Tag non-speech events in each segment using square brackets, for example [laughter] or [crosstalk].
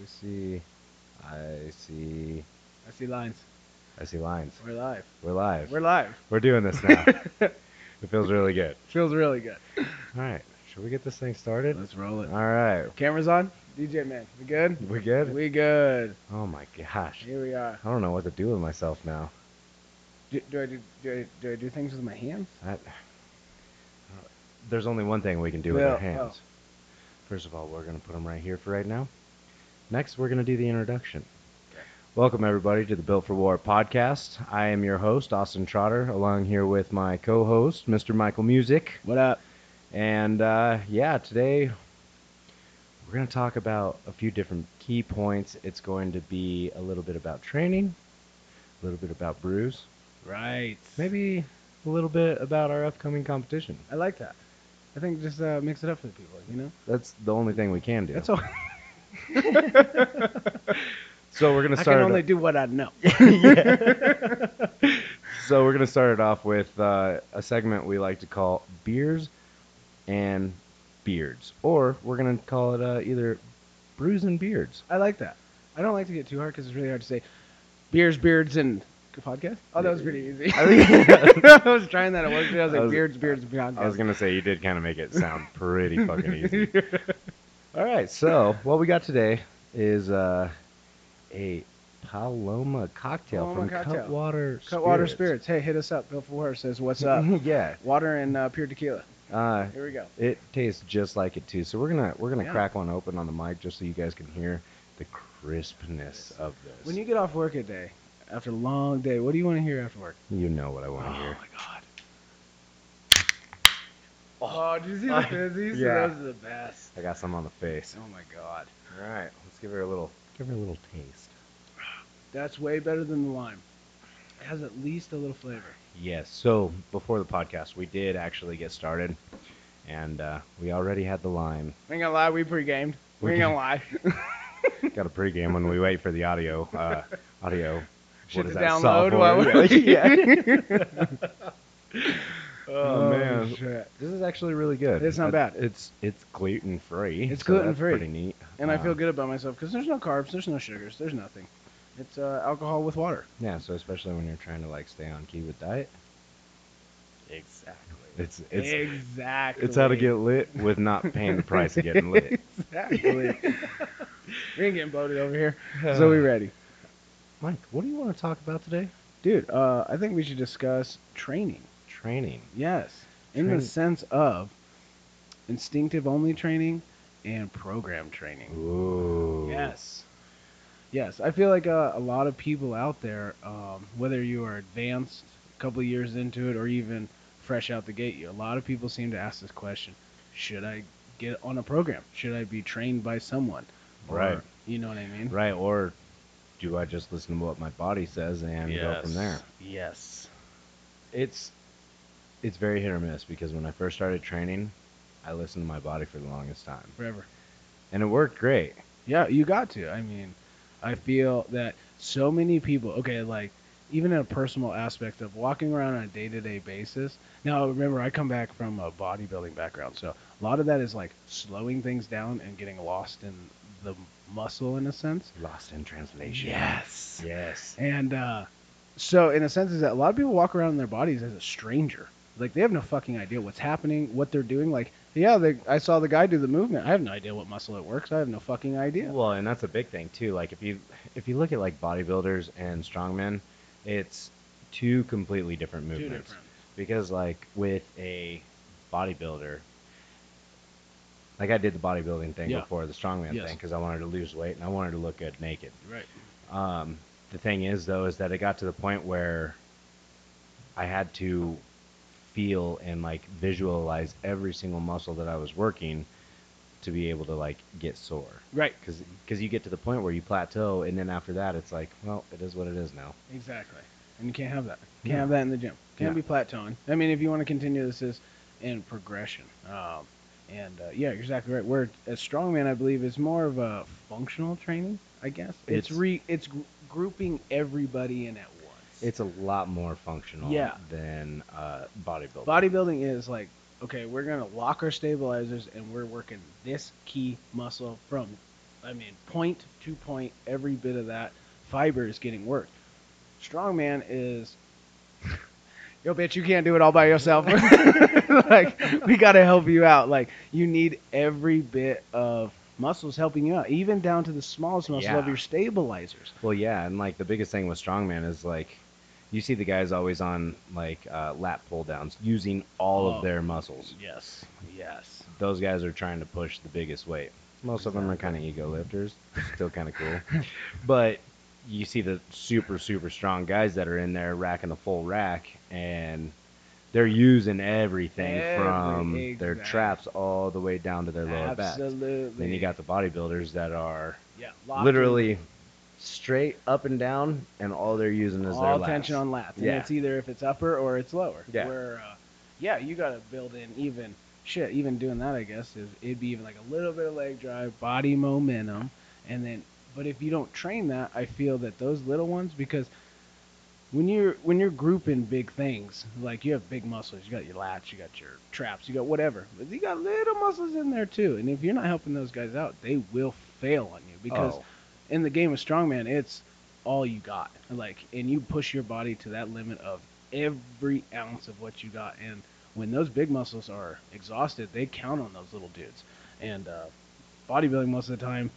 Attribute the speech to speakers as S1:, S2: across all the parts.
S1: me see. I see.
S2: I see lines.
S1: I see lines.
S2: We're live.
S1: We're live.
S2: We're live.
S1: We're doing this
S2: [laughs]
S1: now. it feels really good.
S2: Feels
S1: [coughs]
S2: really good.
S1: All right. Should we get this thing started?
S2: Let's roll it.
S1: All right.
S2: Cameras on. DJ man, we good?
S1: We good?
S2: We good.
S1: Oh my gosh.
S2: Here we are.
S1: I don't know what to do with myself now.
S2: Do, do I do, do I do I do things with my hands?
S1: I, uh, there's only one thing we can do with
S2: Yeah,
S1: our hands. First of all, we're going to put them right here for right now. Next, we're going to do the introduction. Welcome, everybody, to the Built for War podcast. I am your host, Austin Trotter, along here with my co host, Mr. Michael Music.
S2: What up?
S1: And uh, yeah, today we're going to talk about a few different key points. It's going to be a little bit about training, a little bit about brews,
S2: Right.
S1: maybe a little bit about our upcoming competition.
S2: I like that. I think just uh, mix it up for the people. You know.
S1: That's the only thing we can do.
S2: That's all.
S1: [laughs] So we're gonna
S2: I
S1: start.
S2: can
S1: it
S2: only do what
S1: [laughs]
S2: I know.
S1: so we're gonna start it off with uh, a segment we like to call beers and beards, or we're gonna call it uh, either brews and beards.
S2: I like that. I don't like to get too hard because it's really hard to say beers, beards, and podcast. Oh, that was
S1: [laughs]
S2: pretty easy. [laughs] I was trying that at work today. I was like
S1: I was-
S2: beards, beards, and podcast.
S1: I was gonna say you did kind of make it
S2: [laughs]
S1: sound pretty fucking easy. All right, so what we got today is uh, a Paloma cocktail
S2: Paloma
S1: from
S2: cocktail.
S1: Cutwater.
S2: Cutwater Spirits. Hey, hit us up. Bill Fuhrer says, "What's up?"
S1: [laughs] yeah.
S2: Water and uh, pure tequila.
S1: Uh,
S2: Here we go.
S1: It tastes just like it too. So we're gonna we're gonna
S2: Yeah.
S1: crack one open on the mic just so you guys can hear the crispness of this.
S2: When you get off work a day, after a long day, what do you want to hear after work?
S1: you know what I want to hear.
S2: Oh god. Oh, did you see
S1: [laughs] I-
S2: the fizzies?
S1: yeah.
S2: Those are the best.
S1: I got some on the face.
S2: Oh my god.
S1: All right, let's give her a little give her a little taste.
S2: That's way better than the lime. It has at least a little flavor.
S1: Yes. So before the podcast, we did actually get started, and uh, we already had the lime.
S2: I ain't gonna lie, we pre-gamed. We
S1: [laughs]
S2: ain't gonna lie.
S1: got a pregame when we wait for the audio. Uh, audio.
S2: Shit
S1: what is
S2: to
S1: that,
S2: download while
S1: software?
S2: we're-
S1: yeah. [laughs]
S2: [laughs]
S1: oh man.
S2: shit.
S1: This is actually really good.
S2: It's not
S1: Uh,
S2: bad.
S1: It's it's gluten free.
S2: It's gluten-free.
S1: Pretty neat.
S2: And I
S1: Uh,
S2: feel good about myself because there's no carbs, there's no sugars, there's nothing. It's uh, alcohol with water.
S1: Yeah. So especially when you're trying to like stay on key with diet,
S2: Exactly.
S1: it's it's
S2: exactly.
S1: it's how to get lit with not paying the price of getting lit.
S2: [laughs] exactly.
S1: [laughs]
S2: we ain't getting bloated over here, [laughs] so we ready,
S1: Mike, what do you want to talk about today?
S2: dude. Uh, I think we should discuss training.
S1: Training.
S2: Yes, in
S1: Train-
S2: the sense of instinctive only training and program training.
S1: Ooh.
S2: Yes. Yes, I feel like uh, a lot of people out there, um, whether you are advanced, a couple of years into it, or even fresh out the gate, you, a lot of people seem to ask this question: Should I get on a program? Should I be trained by someone? Or-
S1: Right.
S2: you know what I mean.
S1: Right. Or do I just listen to what my body says and go from there?
S2: Yes.
S1: It's it's very hit or miss because when I first started training, I listened to my body for the longest time,
S2: Forever.
S1: and it worked great.
S2: Yeah, you got to. I mean, I feel that so many people, okay, like even in a personal aspect of walking around on a day to day basis. Now, remember, I come back from a bodybuilding background. So a lot of that is like slowing things down and getting lost in the muscle in a sense.
S1: Lost in translation. Yes.
S2: And uh, so, in a sense, is that a lot of people walk around in their bodies as a stranger. Like they have no fucking idea what's happening, what they're doing. Like, yeah, they, I saw the guy do the movement. I have no idea what muscle it works. I have no fucking idea.
S1: Well, and that's a big thing too. Like if you if you look at like bodybuilders and strongmen, it's two completely different
S2: Two
S1: movements.
S2: different.
S1: Because like with a bodybuilder, like I did the bodybuilding thing
S2: Yeah.
S1: before the strongman
S2: Yes.
S1: thing because I wanted to lose weight and I wanted to look good naked.
S2: Right.
S1: Um, the thing is though is that it got to the point where I had to feel and like visualize every single muscle that I was working to be able to like get sore
S2: Right.
S1: because you get to the point where you plateau, and then after that, it's like, well, it is what it is now.
S2: Exactly. And you can't have that. Can't
S1: Yeah.
S2: have that in the gym. Can't
S1: Yeah.
S2: be plateauing. I mean, if you want to continue this is in progression. Um, and uh, yeah, you're exactly right. Where a strongman, I believe, is more of a functional training. I guess it's,
S1: It's-
S2: re it's gr- grouping everybody in at once.
S1: It's a lot more functional
S2: Yeah.
S1: than uh, bodybuilding.
S2: bodybuilding is like okay, we're gonna lock our stabilizers and we're working this key muscle from I mean, point to point, every bit of that fiber is getting worked. Strongman is, [laughs] yo, bitch, you can't do it all [laughs] by yourself. like, we got to help you out. Like, you need every bit of muscles helping you out, even down to the smallest muscle of
S1: Yeah.
S2: your stabilizers.
S1: Well, yeah, and like the biggest thing with strongman is like, you see the guys always on like uh, lat pull downs using all
S2: Oh.
S1: of their muscles.
S2: Yes, yes.
S1: Those guys are trying to push the biggest weight. Most of them are kind of ego lifters, still kind of cool. [laughs] But you see the super super strong guys that are in there racking the full rack, and they're using everything from
S2: Every-
S1: their
S2: exact-
S1: traps all the way down to their lower back.
S2: Absolutely.
S1: Then you got the bodybuilders that are
S2: yeah, locking
S1: literally straight up and down, and all they're using is their
S2: all
S1: lats.
S2: tension on lats. And
S1: Yeah.
S2: it's either if it's upper or it's lower.
S1: Yeah.
S2: Where, uh, yeah, you got to build in even shit. Even doing that, I guess, is it'd be even like a little bit of leg drive, body momentum, and then. But if you don't train that, I feel that those little ones because when you're when you're grouping big things, like you have big muscles, you got your lats, you got your traps, you got whatever, but you got little muscles in there too. And if you're not helping those guys out, they will fail on you because
S1: Oh,
S2: in the game of strongman, it's all you got. Like, and you push your body to that limit of every ounce of what you got. And when those big muscles are exhausted, they count on those little dudes. And uh, bodybuilding, most of the time,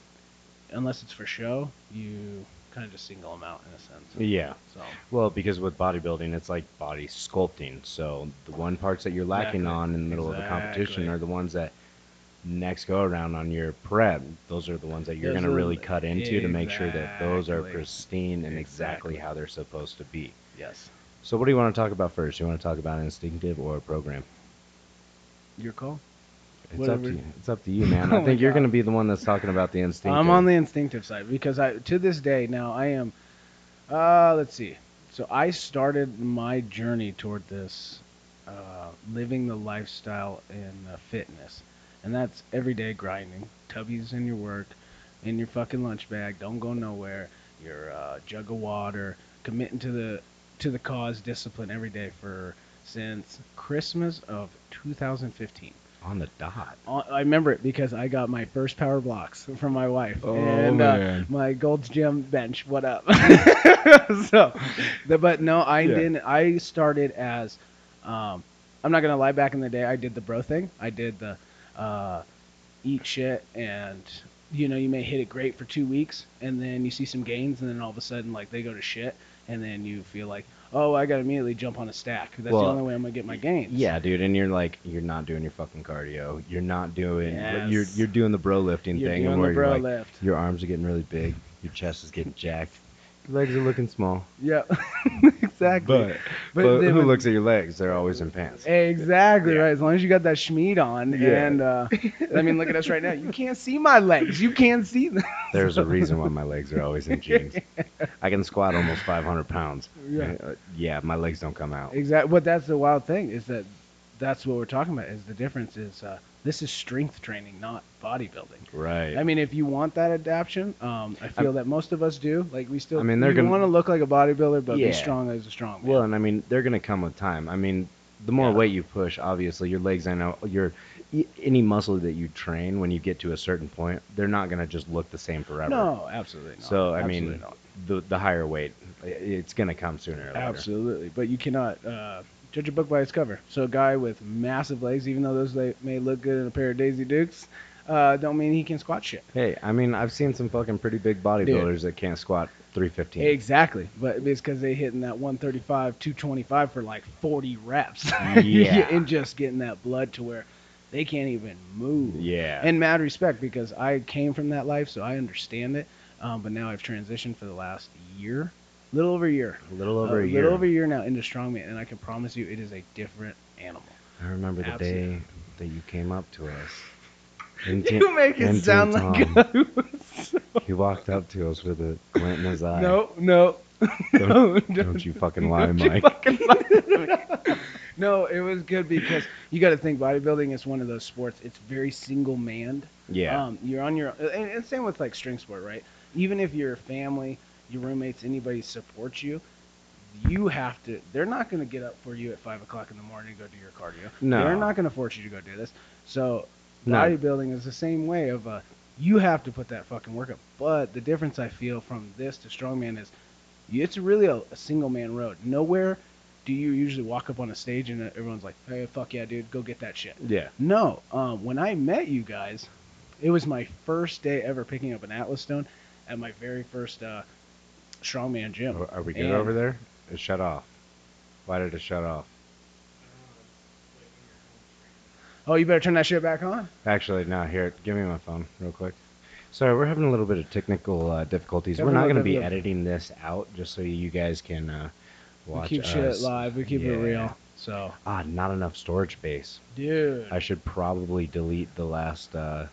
S2: unless it's for show, you kind of just single them out in a sense.
S1: Oh, yeah.
S2: So
S1: Well, because with bodybuilding, it's like body sculpting. So the one parts that you're lacking
S2: Exactly.
S1: on in the middle of a
S2: Exactly.
S1: competition are the ones that next go around on your prep. Those are the ones that you're
S2: Those
S1: going to
S2: are
S1: really
S2: the-
S1: cut into to make sure that those are
S2: Exactly.
S1: pristine and exactly,
S2: Exactly.
S1: how they're supposed to be.
S2: yes,
S1: So what do you want to talk about first? You want to talk about instinctive or program?
S2: your call.
S1: It's up
S2: Whatever.
S1: to you. It's up to
S2: [laughs]
S1: you, man.
S2: Oh
S1: I
S2: my
S1: think you're
S2: God.
S1: going to be the one that's talking about the instinctive.
S2: I'm on the instinctive side because I to this day now I am. Uh, let's see. So I started my journey toward this, uh, living the lifestyle in uh, fitness, and that's every day grinding, tubbies in your work, in your fucking lunch bag, don't go nowhere. Your uh, jug of water, committing to the to the cause, discipline every day for since Christmas of 2015.
S1: on the dot.
S2: I I remember it because I got my first power blocks from my wife
S1: Oh,
S2: and
S1: man.
S2: Uh, my Gold's Gym bench. What up? [laughs] so, the, but no, I
S1: Yeah.
S2: didn't. I started as, um, I'm not gonna lie. Back in the day, I did the bro thing. I did the uh, eat shit, and you know, you may hit it great for two weeks, and then you see some gains, and then all of a sudden, like they go to shit, and then you feel like, oh, I gotta immediately jump on a stack. That's
S1: Well,
S2: the only way I'm gonna get my gains.
S1: Yeah, dude, and you're like you're not doing your fucking cardio. You're not doing
S2: Yes.
S1: you're you're doing the bro lifting
S2: You're
S1: thing
S2: doing the
S1: where
S2: bro
S1: you're like,
S2: lift.
S1: your arms are getting really big, your chest is getting jacked, your legs are looking small.
S2: Yeah. [laughs] exactly.
S1: But but,
S2: then
S1: who
S2: when-
S1: looks at your legs? They're always in pants.
S2: Exactly
S1: Yeah.
S2: right. As long as you got that schmeed on,
S1: Yeah.
S2: and uh, [laughs] I mean, look at us right now. You can't see my legs. You can't see [laughs] them.
S1: There's a reason why my legs are always in jeans.
S2: [laughs]
S1: I can squat almost 500 pounds.
S2: Yeah.
S1: Uh, yeah, my legs don't come out.
S2: Exactly. But that's the wild thing is that that's what we're talking about. Is the difference is uh, this is strength training, not bodybuilding.
S1: Right.
S2: I mean, if you want that adaptation, um, I feel that most of us do. Like we still,
S1: I mean, they're
S2: you
S1: gonna-
S2: want to look like a bodybuilder, but
S1: Yeah.
S2: be strong as a strong Oh, man.
S1: Well, and I mean, they're gonna come with time. I mean, the more
S2: Yeah.
S1: weight you push, obviously, your legs. I know your e- any muscle that you train when you get to a certain point, they're not gonna just look the same forever.
S2: no, absolutely not.
S1: So I
S2: absolutely
S1: mean,
S2: not.
S1: the the higher weight, i- it's gonna come sooner or later.
S2: Absolutely, but you cannot uh, judge a book by its cover. So a guy with massive legs, even though those le- may look good in a pair of Daisy Dukes, uh, don't mean he can squat shit.
S1: Hey, I mean, I've seen some fucking pretty big bodybuilders that can't squat 315.
S2: Exactly, but it's because they hitting that 135, 225 for like 40 reps, [laughs]
S1: Yeah.
S2: and just getting that blood to where they can't even move.
S1: Yeah.
S2: and mad respect because I came from that life, so I understand it. Um, but now I've transitioned for the last year, little over a year,
S1: a little over
S2: Uh,
S1: a year.
S2: little over a year now into strongman, and I can promise you, it is a different animal.
S1: I remember the
S2: Absolutely.
S1: day that you came up to
S2: [laughs]
S1: us.
S2: You make it sound like [laughs]
S1: a...
S2: I was.
S1: he walked up to us with a glint in his eye.
S2: No, no.
S1: [laughs] Don't-
S2: no,
S1: Don't you fucking lie,
S2: [laughs] don't you
S1: Mike.
S2: fucking lie to me. no, it was good because you got to think bodybuilding is one of those sports. It's very single manned.
S1: [laughs] Yeah.
S2: Um, you're on your and, and same with like string sport, right? Even if your family, your roommates, anybody supports you, you have to. They're not going to get up for you at five o'clock in the morning to go do your cardio.
S1: No.
S2: they're not going to force you to go do this. So
S1: No.
S2: bodybuilding is the same way of uh, you have to put that fucking work up. But the difference I feel from this to strongman is it's really a, a single man road. Nowhere do you usually walk up on a stage and everyone's like, hey, fuck yeah, dude, go get that shit.
S1: Yeah.
S2: No, um, when I met you guys, it was my first day ever picking up an Atlas stone at my very first uh, strongman gym.
S1: Are- Are we good
S2: And-
S1: over there? It shut off. Why did it shut off?
S2: Oh, you better turn that shit back on.
S1: Actually, no. Here, give me my phone real quick. Sorry, we're having a little bit of technical uh, difficulties. We're
S2: Having a
S1: not going
S2: little
S1: to be
S2: bit of-
S1: editing this out just so you guys can uh, watch
S2: we keep
S1: us.
S2: shit live. We keep
S1: Yeah.
S2: it real. So,
S1: Ah, not enough storage space.
S2: dude.
S1: I should probably delete the last uh,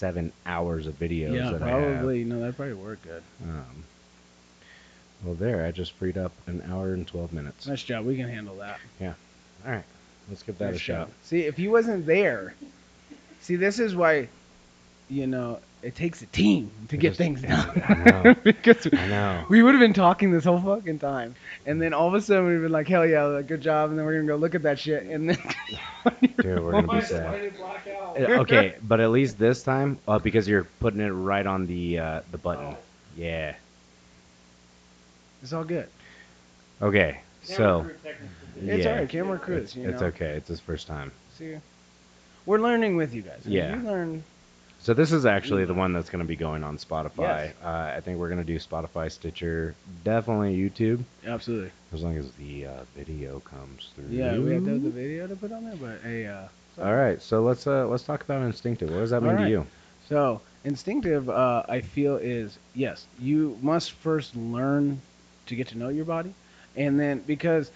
S1: seven hours of videos
S2: yeah,
S1: E that I have.
S2: probably. No, that probably worked good.
S1: Um, well, there, I just freed up an hour and 12 minutes.
S2: Nice job. We can handle that.
S1: All right, let's give that
S2: Nice
S1: a shot.
S2: job. See, if he wasn't there, see, this is why, you know, it takes a team to
S1: It
S2: get
S1: just-
S2: things
S1: I
S2: done.
S1: know.
S2: [laughs] because
S1: I know.
S2: [laughs] we would have been talking this whole fucking time, and then all of a sudden we've been like, "Hell yeah, like, good job!" And then we're gonna go look at that shit, and then [laughs]
S1: Dude, we're gonna be sad. Uh, Okay,
S2: [laughs]
S1: but at least this time, uh, because you're putting it right on the uh, the button.
S3: Oh.
S1: Yeah.
S2: it's all good.
S1: Okay. So
S2: It's
S1: Yeah.
S2: alright, camera crews.
S1: it's,
S2: You know,
S1: it's okay. It's his first time.
S2: See, we're learning with you guys. I mean,
S1: Yeah.
S2: you learn.
S1: So this is actually the one that's gonna be going on Spotify.
S2: Mm. Yes.
S1: Uh, I think we're gonna do Spotify, Stitcher, definitely YouTube,
S2: Absolutely.
S1: as long as the uh, video comes through.
S2: Yeah, we have to have the video to put on there, but hey, uh,
S1: All right. So let's uh, let's talk about instinctive. What does that
S2: All
S1: mean to
S2: right.
S1: you?
S2: So instinctive, uh, I feel is yes, you must first learn to get to know your body, and then because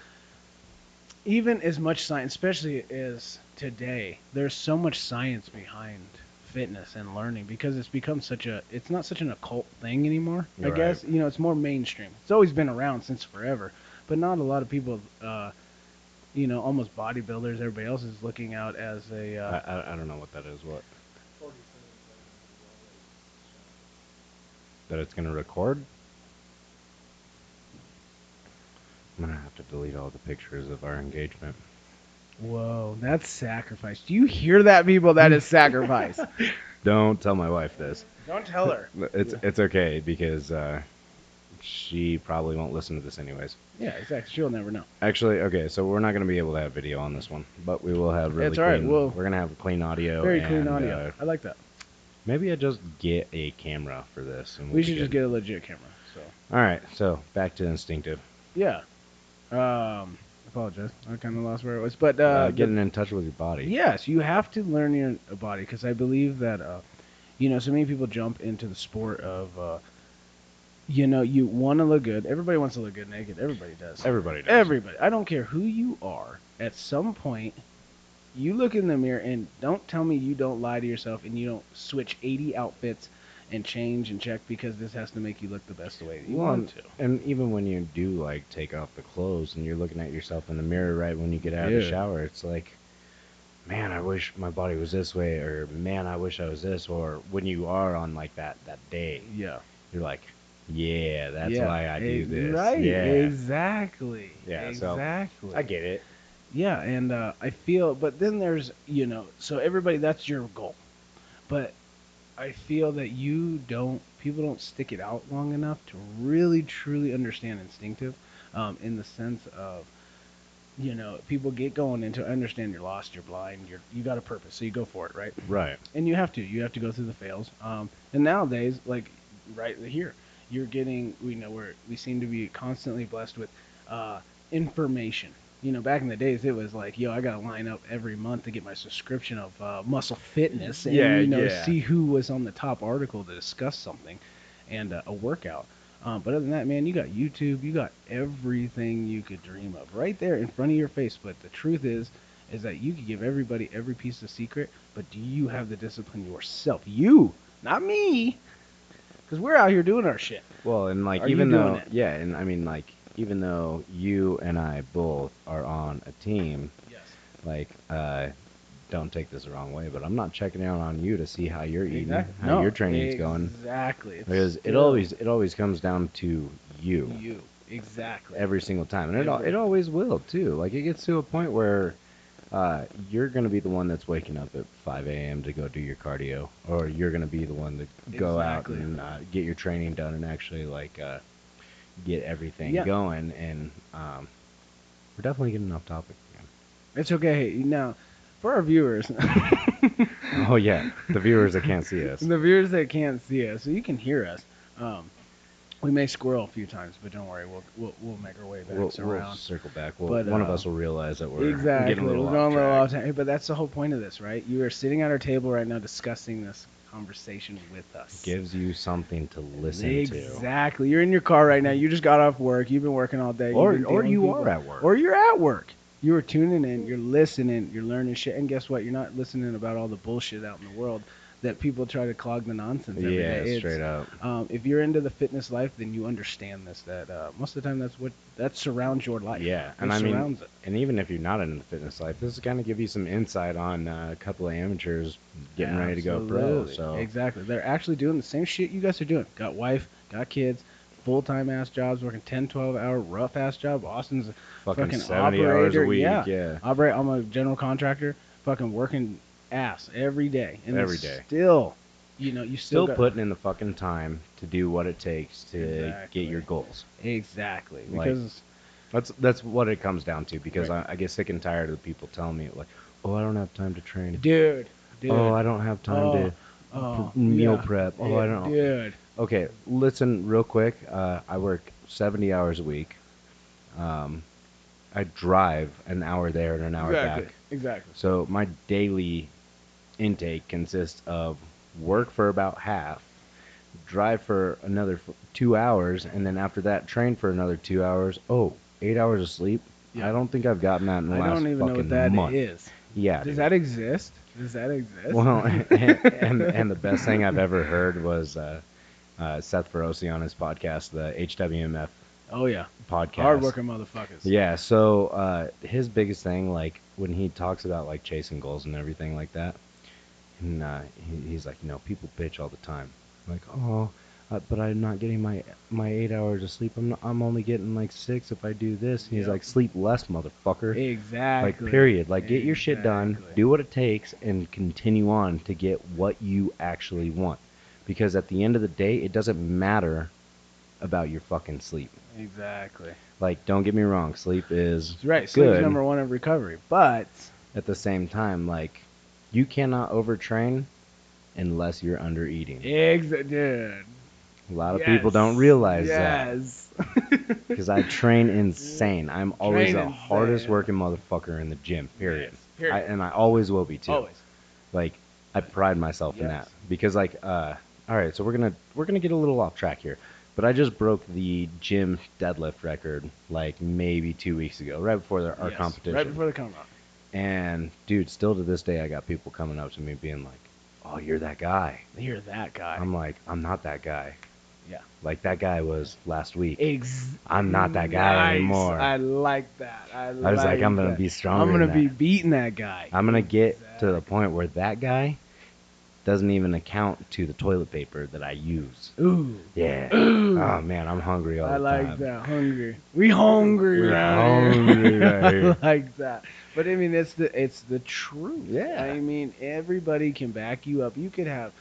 S2: even as much science, especially as today, there's so much science behind fitness and learning because it's become such a it's not such an occult thing anymore.
S1: Right.
S2: I guess you know it's more mainstream. It's always been around since forever, but not a lot of people. Uh, you know, almost bodybuilders, everybody else is looking out as a uh,
S1: I, I I don't know what that is. What that it's gonna record. I'm gonna have to delete all the pictures of our engagement.
S2: Whoa, that's sacrifice. Do you hear that, people? That is sacrifice.
S1: Don't tell my wife this.
S2: Don't tell her.
S1: It's it's okay because uh, she probably won't listen to this anyways.
S2: Yeah, exactly. She'll never know.
S1: Actually, okay, so we're not gonna be able to have video on this one, but we will have really.
S2: It's all right,
S1: clean-
S2: we'll-
S1: we're gonna have clean audio.
S2: Very clean
S1: and,
S2: audio.
S1: uh,
S2: I like that.
S1: maybe I just get a camera for this. And we'll
S2: We
S1: be
S2: should just
S1: good.
S2: get a legit camera. So
S1: All right, so back to instinctive.
S2: yeah. Um, apologize. I kind of lost where it was, but uh,
S1: Uh,
S2: the-
S1: getting in touch with your body.
S2: Yes, you have to learn your body because I believe that, uh, you know, so many people jump into the sport of, uh, you know, you want to look good. Everybody wants to look good naked. Everybody does.
S1: Everybody does.
S2: Everybody. I don't care who you are. At some point, you look in the mirror and don't tell me you don't lie to yourself and you don't switch 80 outfits and change and check because this has to make you look the best way that you
S1: Well,
S2: want to.
S1: And even when you do like take off the clothes and you're looking at yourself in the mirror right when you get out of the
S2: Yeah.
S1: shower, it's like, man, I wish my body was this way, or man, I wish I was this, or when you are on like that that day,
S2: Yeah.
S1: you're like, yeah, that's
S2: Yeah.
S1: why I do
S2: Ex-
S1: this.
S2: Right.
S1: Yeah.
S2: Exactly.
S1: Yeah, so,
S2: Exactly.
S1: I get it.
S2: Yeah, and uh, I feel, but then there's, you know, so everybody, that's your goal. But I feel that you don't, people don't stick it out long enough to really, truly understand instinctive um, in the sense of, you know, people get going into, I understand you're lost, you're blind, you're, you got a purpose, so you go for it, right?
S1: Right.
S2: and you have to you have to go through the fails um, and nowadays like right here you're getting we know we're we seem to be constantly blessed with uh, information you know back in the days it was like yo i gotta line up every month to get my subscription of uh, muscle fitness and
S1: Yeah,
S2: you know
S1: yeah.
S2: see who was on the top article to discuss something and uh, a workout um, but other than that man you got youtube you got everything you could dream of right there in front of your face but the truth is is that you could give everybody every piece of secret, but do you have the discipline yourself? You, not me, because we're out here doing our shit.
S1: Well, and like
S2: Are you
S1: even
S2: doing
S1: though
S2: it?
S1: yeah, and I mean like even though you and I both are on a team,
S2: Yes.
S1: like uh don't take this the wrong way, but I'm not checking out on you to see how you're eating, how
S2: No,
S1: your training's going.
S2: Exactly. It's
S1: Because it
S2: still
S1: always it always comes down to you
S2: you. Exactly.
S1: every single time, and it al-
S2: Every-
S1: it always will too. Like it gets to a point where uh, you're going to be the one that's waking up at 5 a.m. to go do your cardio, or you're going to be the one to go
S2: Exactly.
S1: out and uh, get your training done and actually like uh, get everything
S2: Yeah.
S1: going. And um, we're definitely getting off topic. man.
S2: It's okay. Now, for our viewers, [laughs]
S1: Oh yeah, the viewers that can't see us.
S2: [laughs] the viewers that can't see us, so you can hear us. Um, we may squirrel a few times, but don't worry, we'll we'll, we'll make our way back
S1: We'll, we'll
S2: around.
S1: circle back. We'll,
S2: But,
S1: one of
S2: uh,
S1: us will realize that we're
S2: exactly.
S1: getting a little
S2: We're
S1: off
S2: going a little
S1: track.
S2: off time. But that's the whole point of this, right? You are sitting at our table right now discussing this conversation with us.
S1: Gives you something to listen to.
S2: exactly. You're in your car right now. You just got off work. You've been working all day. You've
S1: Or,
S2: been
S1: or
S2: dealing
S1: you
S2: people.
S1: are at work.
S2: Or you're at work. You are tuning in. You're listening. You're learning shit. And guess what? You're not listening about all the bullshit out in the world that people try to clog the nonsense. every day.
S1: yeah,
S2: It's-
S1: straight up.
S2: Um, if you're into the fitness life, then you understand this. That uh, most of the time, that's what that surrounds your life.
S1: Yeah,
S2: That
S1: and I mean,
S2: surrounds it.
S1: and even if you're not into the fitness life, this is going to give you some insight on uh, a couple of amateurs getting ready to go pro.
S2: Absolutely.
S1: So
S2: exactly, they're actually doing the same shit you guys are doing. Got wife, got kids, full time ass jobs, working 10, 12 hour rough ass job. Austin's
S1: fucking,
S2: fucking
S1: 70 hours a
S2: operator,
S1: week, yeah.
S2: yeah. operate. I'm a general contractor, fucking working ass every day. And
S1: Every
S2: it's
S1: day.
S2: Still, you know, you
S1: Still
S2: still, got-
S1: putting in the fucking time to do what it takes to
S2: Exactly.
S1: get your goals.
S2: exactly
S1: Like,
S2: because
S1: That's that's what it comes down to because I, I get sick and tired of the people telling me like, "Oh, I don't have time to train."
S2: dude, dude,
S1: Oh, I don't have time
S2: Oh,
S1: to
S2: oh,
S1: pr- meal
S2: yeah,
S1: prep. Oh, I don't.
S2: dude.
S1: Okay, listen real quick. Uh, I work 70 hours a week. Um, I drive an hour there and an hour
S2: exactly,
S1: back.
S2: exactly.
S1: So my daily intake consists of work for about half, drive for another f- two hours, and then after that, train for another two hours. Oh, eight hours of sleep.
S2: Yeah.
S1: I don't think I've gotten that in the
S2: I
S1: last
S2: don't even know
S1: fucking
S2: what that is.
S1: month. Yeah.
S2: Does
S1: dude.
S2: that exist? Does that exist? [laughs]
S1: Well, and, and, and the best thing I've ever heard was uh, uh, Seth Ferrosi on his podcast, the HWMF [laughs]
S2: oh yeah,
S1: podcast.
S2: hardworking motherfuckers.
S1: Yeah, so uh, his biggest thing, like when he talks about like chasing goals and everything like that, and uh, he, he's like, you know, people bitch all the time, like, oh, uh, but I'm not getting my my eight hours of sleep. I'm I'm only getting like six if I do this. He's
S2: Yep.
S1: like, sleep less, motherfucker.
S2: exactly.
S1: Like period. Like get your shit done,
S2: Exactly.
S1: do what it takes, and continue on to get what you actually want. Because at the end of the day, it doesn't matter about your fucking sleep.
S2: Exactly.
S1: Like, don't get me wrong, sleep is
S2: That's right. Sleep's
S1: good.
S2: number one in recovery, but
S1: At the same time, like, you cannot overtrain unless you're under eating.
S2: exit, dude.
S1: A lot of people don't realize that
S2: yes. that.
S1: because I
S2: [laughs]
S1: train insane. I'm always
S2: Train
S1: the hardest
S2: insane.
S1: working motherfucker in the gym. Period.
S2: Yes, period.
S1: I, and I always will be too.
S2: Always.
S1: like I pride myself in
S2: Yes.
S1: that because like uh all right, so we're going to we're going to get a little off track here. But I just broke the gym deadlift record like maybe 2 weeks ago right before the, our
S2: Yes,
S1: competition.
S2: Right before the come up.
S1: and dude, still to this day I got people coming up to me being like, "Oh, you're that guy."
S2: You're that guy.
S1: I'm like, "I'm not that guy."
S2: Yeah.
S1: Like that guy was last week.
S2: Ex-
S1: I'm not that guy
S2: nice.
S1: anymore.
S2: I like that. I,
S1: I was like, "I'm going to
S2: that.
S1: be stronger."
S2: I'm gonna
S1: than
S2: be
S1: that."
S2: beating that guy.
S1: I'm gonna get to the
S2: Exactly.
S1: point where that guy doesn't even account to the toilet paper that I use.
S2: Ooh. [clears throat]
S1: Yeah.
S2: Ooh.
S1: Oh man, I'm hungry all
S2: I
S1: the
S2: like
S1: time.
S2: that. Hungry. We hungry
S1: We're
S2: around
S1: hungry
S2: here. [laughs]
S1: right here.
S2: I like that. But I mean it's the it's the truth.
S1: Yeah.
S2: I mean everybody can back you up. You could have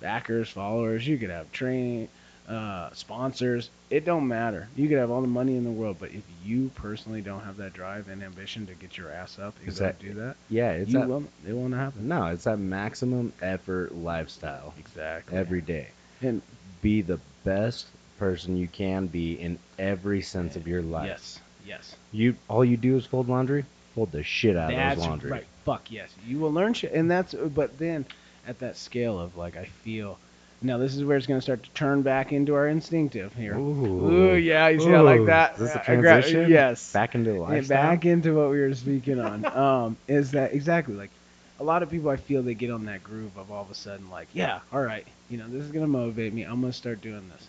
S2: backers, followers, you could have training, uh, sponsors. It don't matter. You could have all the money in the world, but if you personally don't have that drive and ambition to get your ass up and
S1: Is
S2: go
S1: that-
S2: do that,
S1: Yeah, it's
S2: you
S1: that.
S2: will it won't happen.
S1: No, it's that maximum effort lifestyle
S2: Exactly.
S1: every day.
S2: and
S1: Be the best person you can be in every sense of your life.
S2: yes. Yes.
S1: You all you do is fold laundry. Fold the shit out of
S2: That's
S1: those laundry.
S2: right. Fuck yes, you will learn shit, and that's. But then, at that scale of like, I feel. Now this is where it's gonna start to turn back into our instinctive here.
S1: Ooh.
S2: yeah, you see, I like
S1: Ooh.
S2: that.
S1: Is this a
S2: I gra-
S1: transition?
S2: yes.
S1: Back into the
S2: Yeah,
S1: lifestyle.
S2: back into what we were speaking on. [laughs] um, is that exactly like a lot of people I feel they get on that groove of all of a sudden like, yeah, all right, you know, this is gonna motivate me. I'm gonna start doing this.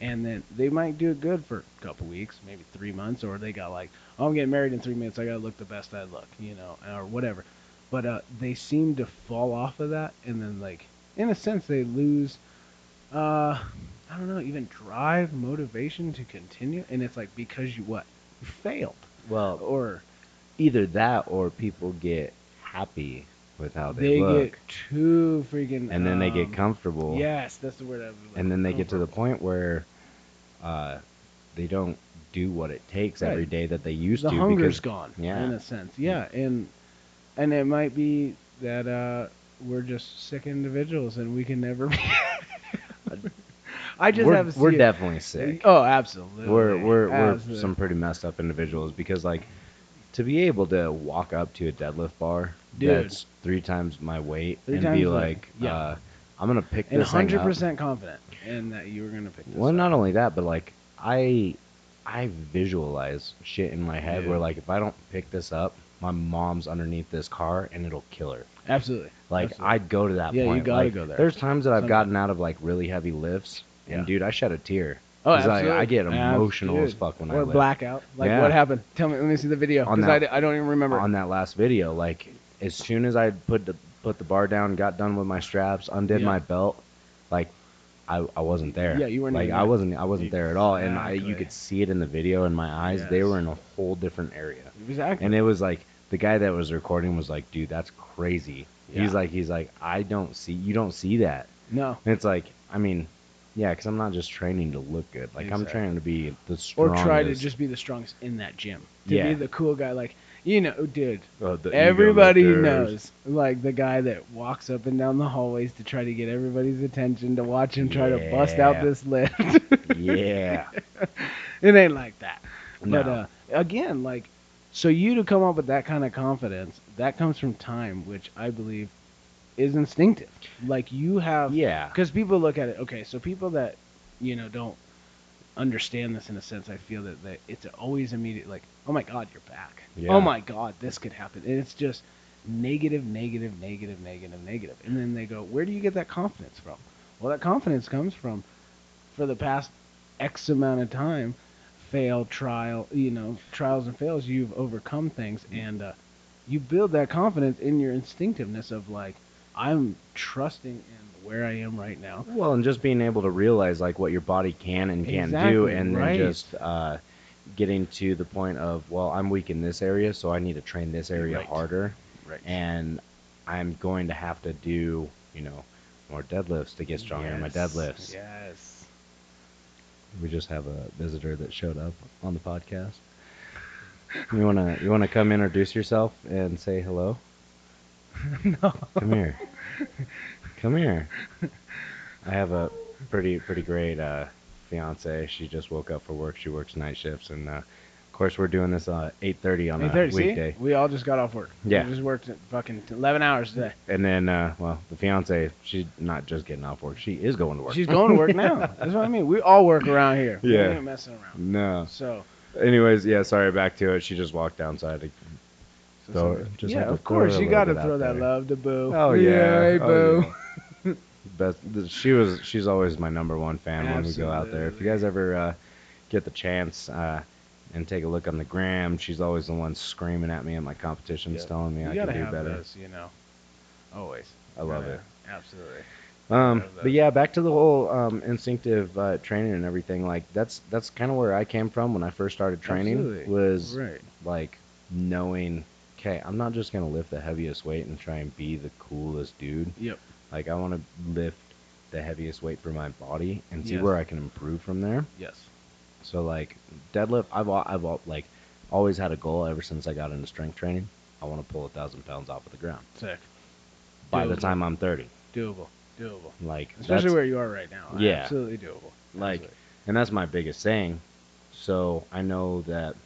S2: And then they might do it good for a couple weeks, maybe three months, or they got like, oh, I'm getting married in three minutes. I gotta look the best I look, you know, or whatever. But uh, they seem to fall off of that, and then like, in a sense, they lose. Uh, I don't know, even drive, motivation to continue, and it's like because you what, you failed
S1: Well,
S2: or
S1: either that or people get happy with how they,
S2: They
S1: look,
S2: get too freaking.
S1: and then they get
S2: um,
S1: comfortable.
S2: Yes, that's the word. I was looking
S1: and then they get to the
S2: for.
S1: point where uh, they don't do what it takes
S2: Right.
S1: every day that they used
S2: the
S1: to
S2: hunger's
S1: because
S2: gone.
S1: yeah.
S2: in a sense. Yeah, and and it might be that uh, we're just sick individuals and we can never [laughs] be. I just
S1: we're,
S2: have. to
S1: we're
S2: see it.
S1: definitely sick.
S2: Oh, absolutely.
S1: We're we're we're
S2: Absolutely.
S1: some pretty messed up individuals because like to be able to walk up to a deadlift bar
S2: Dude.
S1: that's three times my weight
S2: Three
S1: and
S2: times
S1: be
S2: my-
S1: like,
S2: yeah.
S1: uh, I'm gonna pick
S2: and
S1: this thing
S2: hundred
S1: up.
S2: percent confident in that you were gonna pick this.
S1: Well,
S2: up.
S1: not only that, but like I, I visualize shit in my head where
S2: Dude.
S1: like if I don't pick this up, my mom's underneath this car and it'll kill her.
S2: absolutely.
S1: Like
S2: Absolutely.
S1: I'd go to that
S2: Yeah, you
S1: point.
S2: gotta
S1: Like,
S2: go there.
S1: There's times that I've
S2: Some-
S1: gotten out of like really heavy lifts, and
S2: Yeah.
S1: dude, I shed a tear.
S2: Oh,
S1: 'Cause, like,
S2: absolutely.
S1: I get emotional
S2: Absolutely.
S1: as fuck when I
S2: Or
S1: lift.
S2: blackout. Like
S1: Yeah.
S2: what happened? Tell me. Let me see the video
S1: On
S2: because I,
S1: that-
S2: d- I don't even remember.
S1: On that last video, like as soon as I put the put the bar down, got done with my straps, undid
S2: Yeah.
S1: my belt, like I, I wasn't there.
S2: Yeah, you weren't
S1: Like
S2: even
S1: I
S2: there.
S1: wasn't I wasn't there at all, and I, you
S2: Exactly.
S1: could see it in the video in my eyes. They
S2: Yes.
S1: were in a whole different area.
S2: exactly.
S1: And it was like the guy that was recording was like, "Dude, that's crazy."
S2: Yeah.
S1: He's like, he's like, "I don't see you don't see that."
S2: no.
S1: And it's like, I mean, yeah, because I'm not just training to look good. Like I'm
S2: Exactly.
S1: training to be the
S2: Or
S1: strongest.
S2: try to just be the strongest in that gym. To
S1: Yeah.
S2: be the cool guy, like you know, dude.
S1: uh, the
S2: Everybody
S1: ego lifters.
S2: knows, like the guy that walks up and down the hallways to try to get everybody's attention to watch him try to bust out
S1: Yeah.
S2: this lift. [laughs]
S1: yeah.
S2: it ain't like that. But
S1: No.
S2: uh, again, like, so you to come up with that kind of confidence, that comes from time, which I believe is instinctive. Like you have,
S1: yeah.
S2: because people look at it. Okay, so people that you know don't understand this in a sense. I feel that, that it's always immediate. Like, oh my God, you're back.
S1: Yeah.
S2: Oh my God, this could happen. And it's just negative, negative, negative, negative, negative. And then they go, where do you get that confidence from? Well, that confidence comes from for the past X amount of time, fail, trial, you know, trials and fails. You've overcome things, and uh, you build that confidence in your instinctiveness of like, I'm trusting in where I am right now.
S1: Well, and just being able to realize like what your body can and can't do,
S2: Exactly,
S1: and
S2: right.
S1: then just uh, getting to the point of, well, I'm weak in this area, so I need to train this area
S2: Right.
S1: harder,
S2: Right.
S1: and I'm going to have to do, you know, more deadlifts to get stronger in my deadlifts.
S2: Yes.
S1: We just have a visitor that showed up on the podcast. You wanna you wanna come introduce yourself and say hello?
S2: [laughs] no.
S1: Come here. Come here. I have a pretty pretty great uh, fiance. She just woke up for work. She works night shifts, and uh, of course we're doing this uh, 8:30 on
S2: Hey,
S1: a
S2: thirty.
S1: weekday.
S2: See, we all just got off work.
S1: Yeah.
S2: We just worked at fucking eleven hours today.
S1: And then, uh, well, the fiance, she's not just getting off work. She is going to work.
S2: She's going to work now. That's what I mean. We all work around here.
S1: Yeah.
S2: We ain't messing around.
S1: [laughs] no.
S2: So.
S1: Anyways, yeah. Sorry. Back to it. She just walked downside. to-
S2: so
S1: Throw
S2: some-
S1: it- just
S2: yeah,
S1: have to
S2: of
S1: throw
S2: course
S1: it a
S2: you
S1: little
S2: got to
S1: bit out
S2: throw that
S1: there.
S2: love to Boo.
S1: Oh yeah.
S2: hey,
S1: oh,
S2: Boo.
S1: yeah. [laughs] Best. She was. She's always my number one fan when we go out there. If you
S2: Absolutely.
S1: guys ever uh, get the chance uh, and take a look on the gram, she's always the one screaming at me at my competitions,
S2: Yep.
S1: telling me
S2: You
S1: I
S2: gotta
S1: can do
S2: have
S1: better.
S2: those, you know, always.
S1: I love
S2: Gotta-
S1: it.
S2: Absolutely.
S1: Um,
S2: Love
S1: but
S2: that.
S1: yeah, back to the whole um, instinctive uh, training and everything. Like that's that's kind of where I came from when I first started training.
S2: Absolutely.
S1: Was
S2: Right.
S1: like knowing, okay, I'm not just gonna lift the heaviest weight and try and be the coolest dude.
S2: Yep.
S1: Like I want to lift the heaviest weight for my body and see
S2: Yes.
S1: where I can improve from there.
S2: Yes.
S1: So like deadlift, I've al- I've al- like always had a goal ever since I got into strength training. I want to pull a thousand pounds off of the ground
S2: Sick.
S1: by the
S2: Doable.
S1: time I'm 30.
S2: Doable. Doable.
S1: Like
S2: Especially
S1: that's-
S2: where you are right now.
S1: Yeah.
S2: Absolutely doable.
S1: Like-
S2: Absolutely.
S1: and that's my biggest saying. So I know that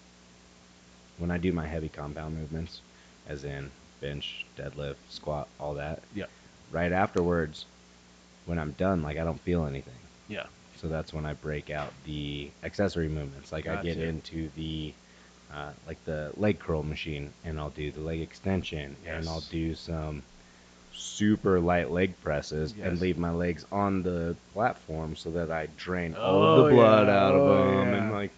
S1: when I do my heavy compound movements, as in bench, deadlift, squat, all that,
S2: Yep.
S1: right afterwards, when I'm done, like I don't feel anything.
S2: Yeah.
S1: So that's when I break out the accessory movements. Like I get
S2: Gotcha.
S1: into the uh, like the leg curl machine, and I'll do the leg extension, and I'll
S2: Yes.
S1: do some super light leg presses, and
S2: Yes.
S1: leave my legs on the platform so that I drain all
S2: Oh,
S1: of the blood
S2: yeah.
S1: out of
S2: Oh,
S1: them, and
S2: yeah.
S1: like,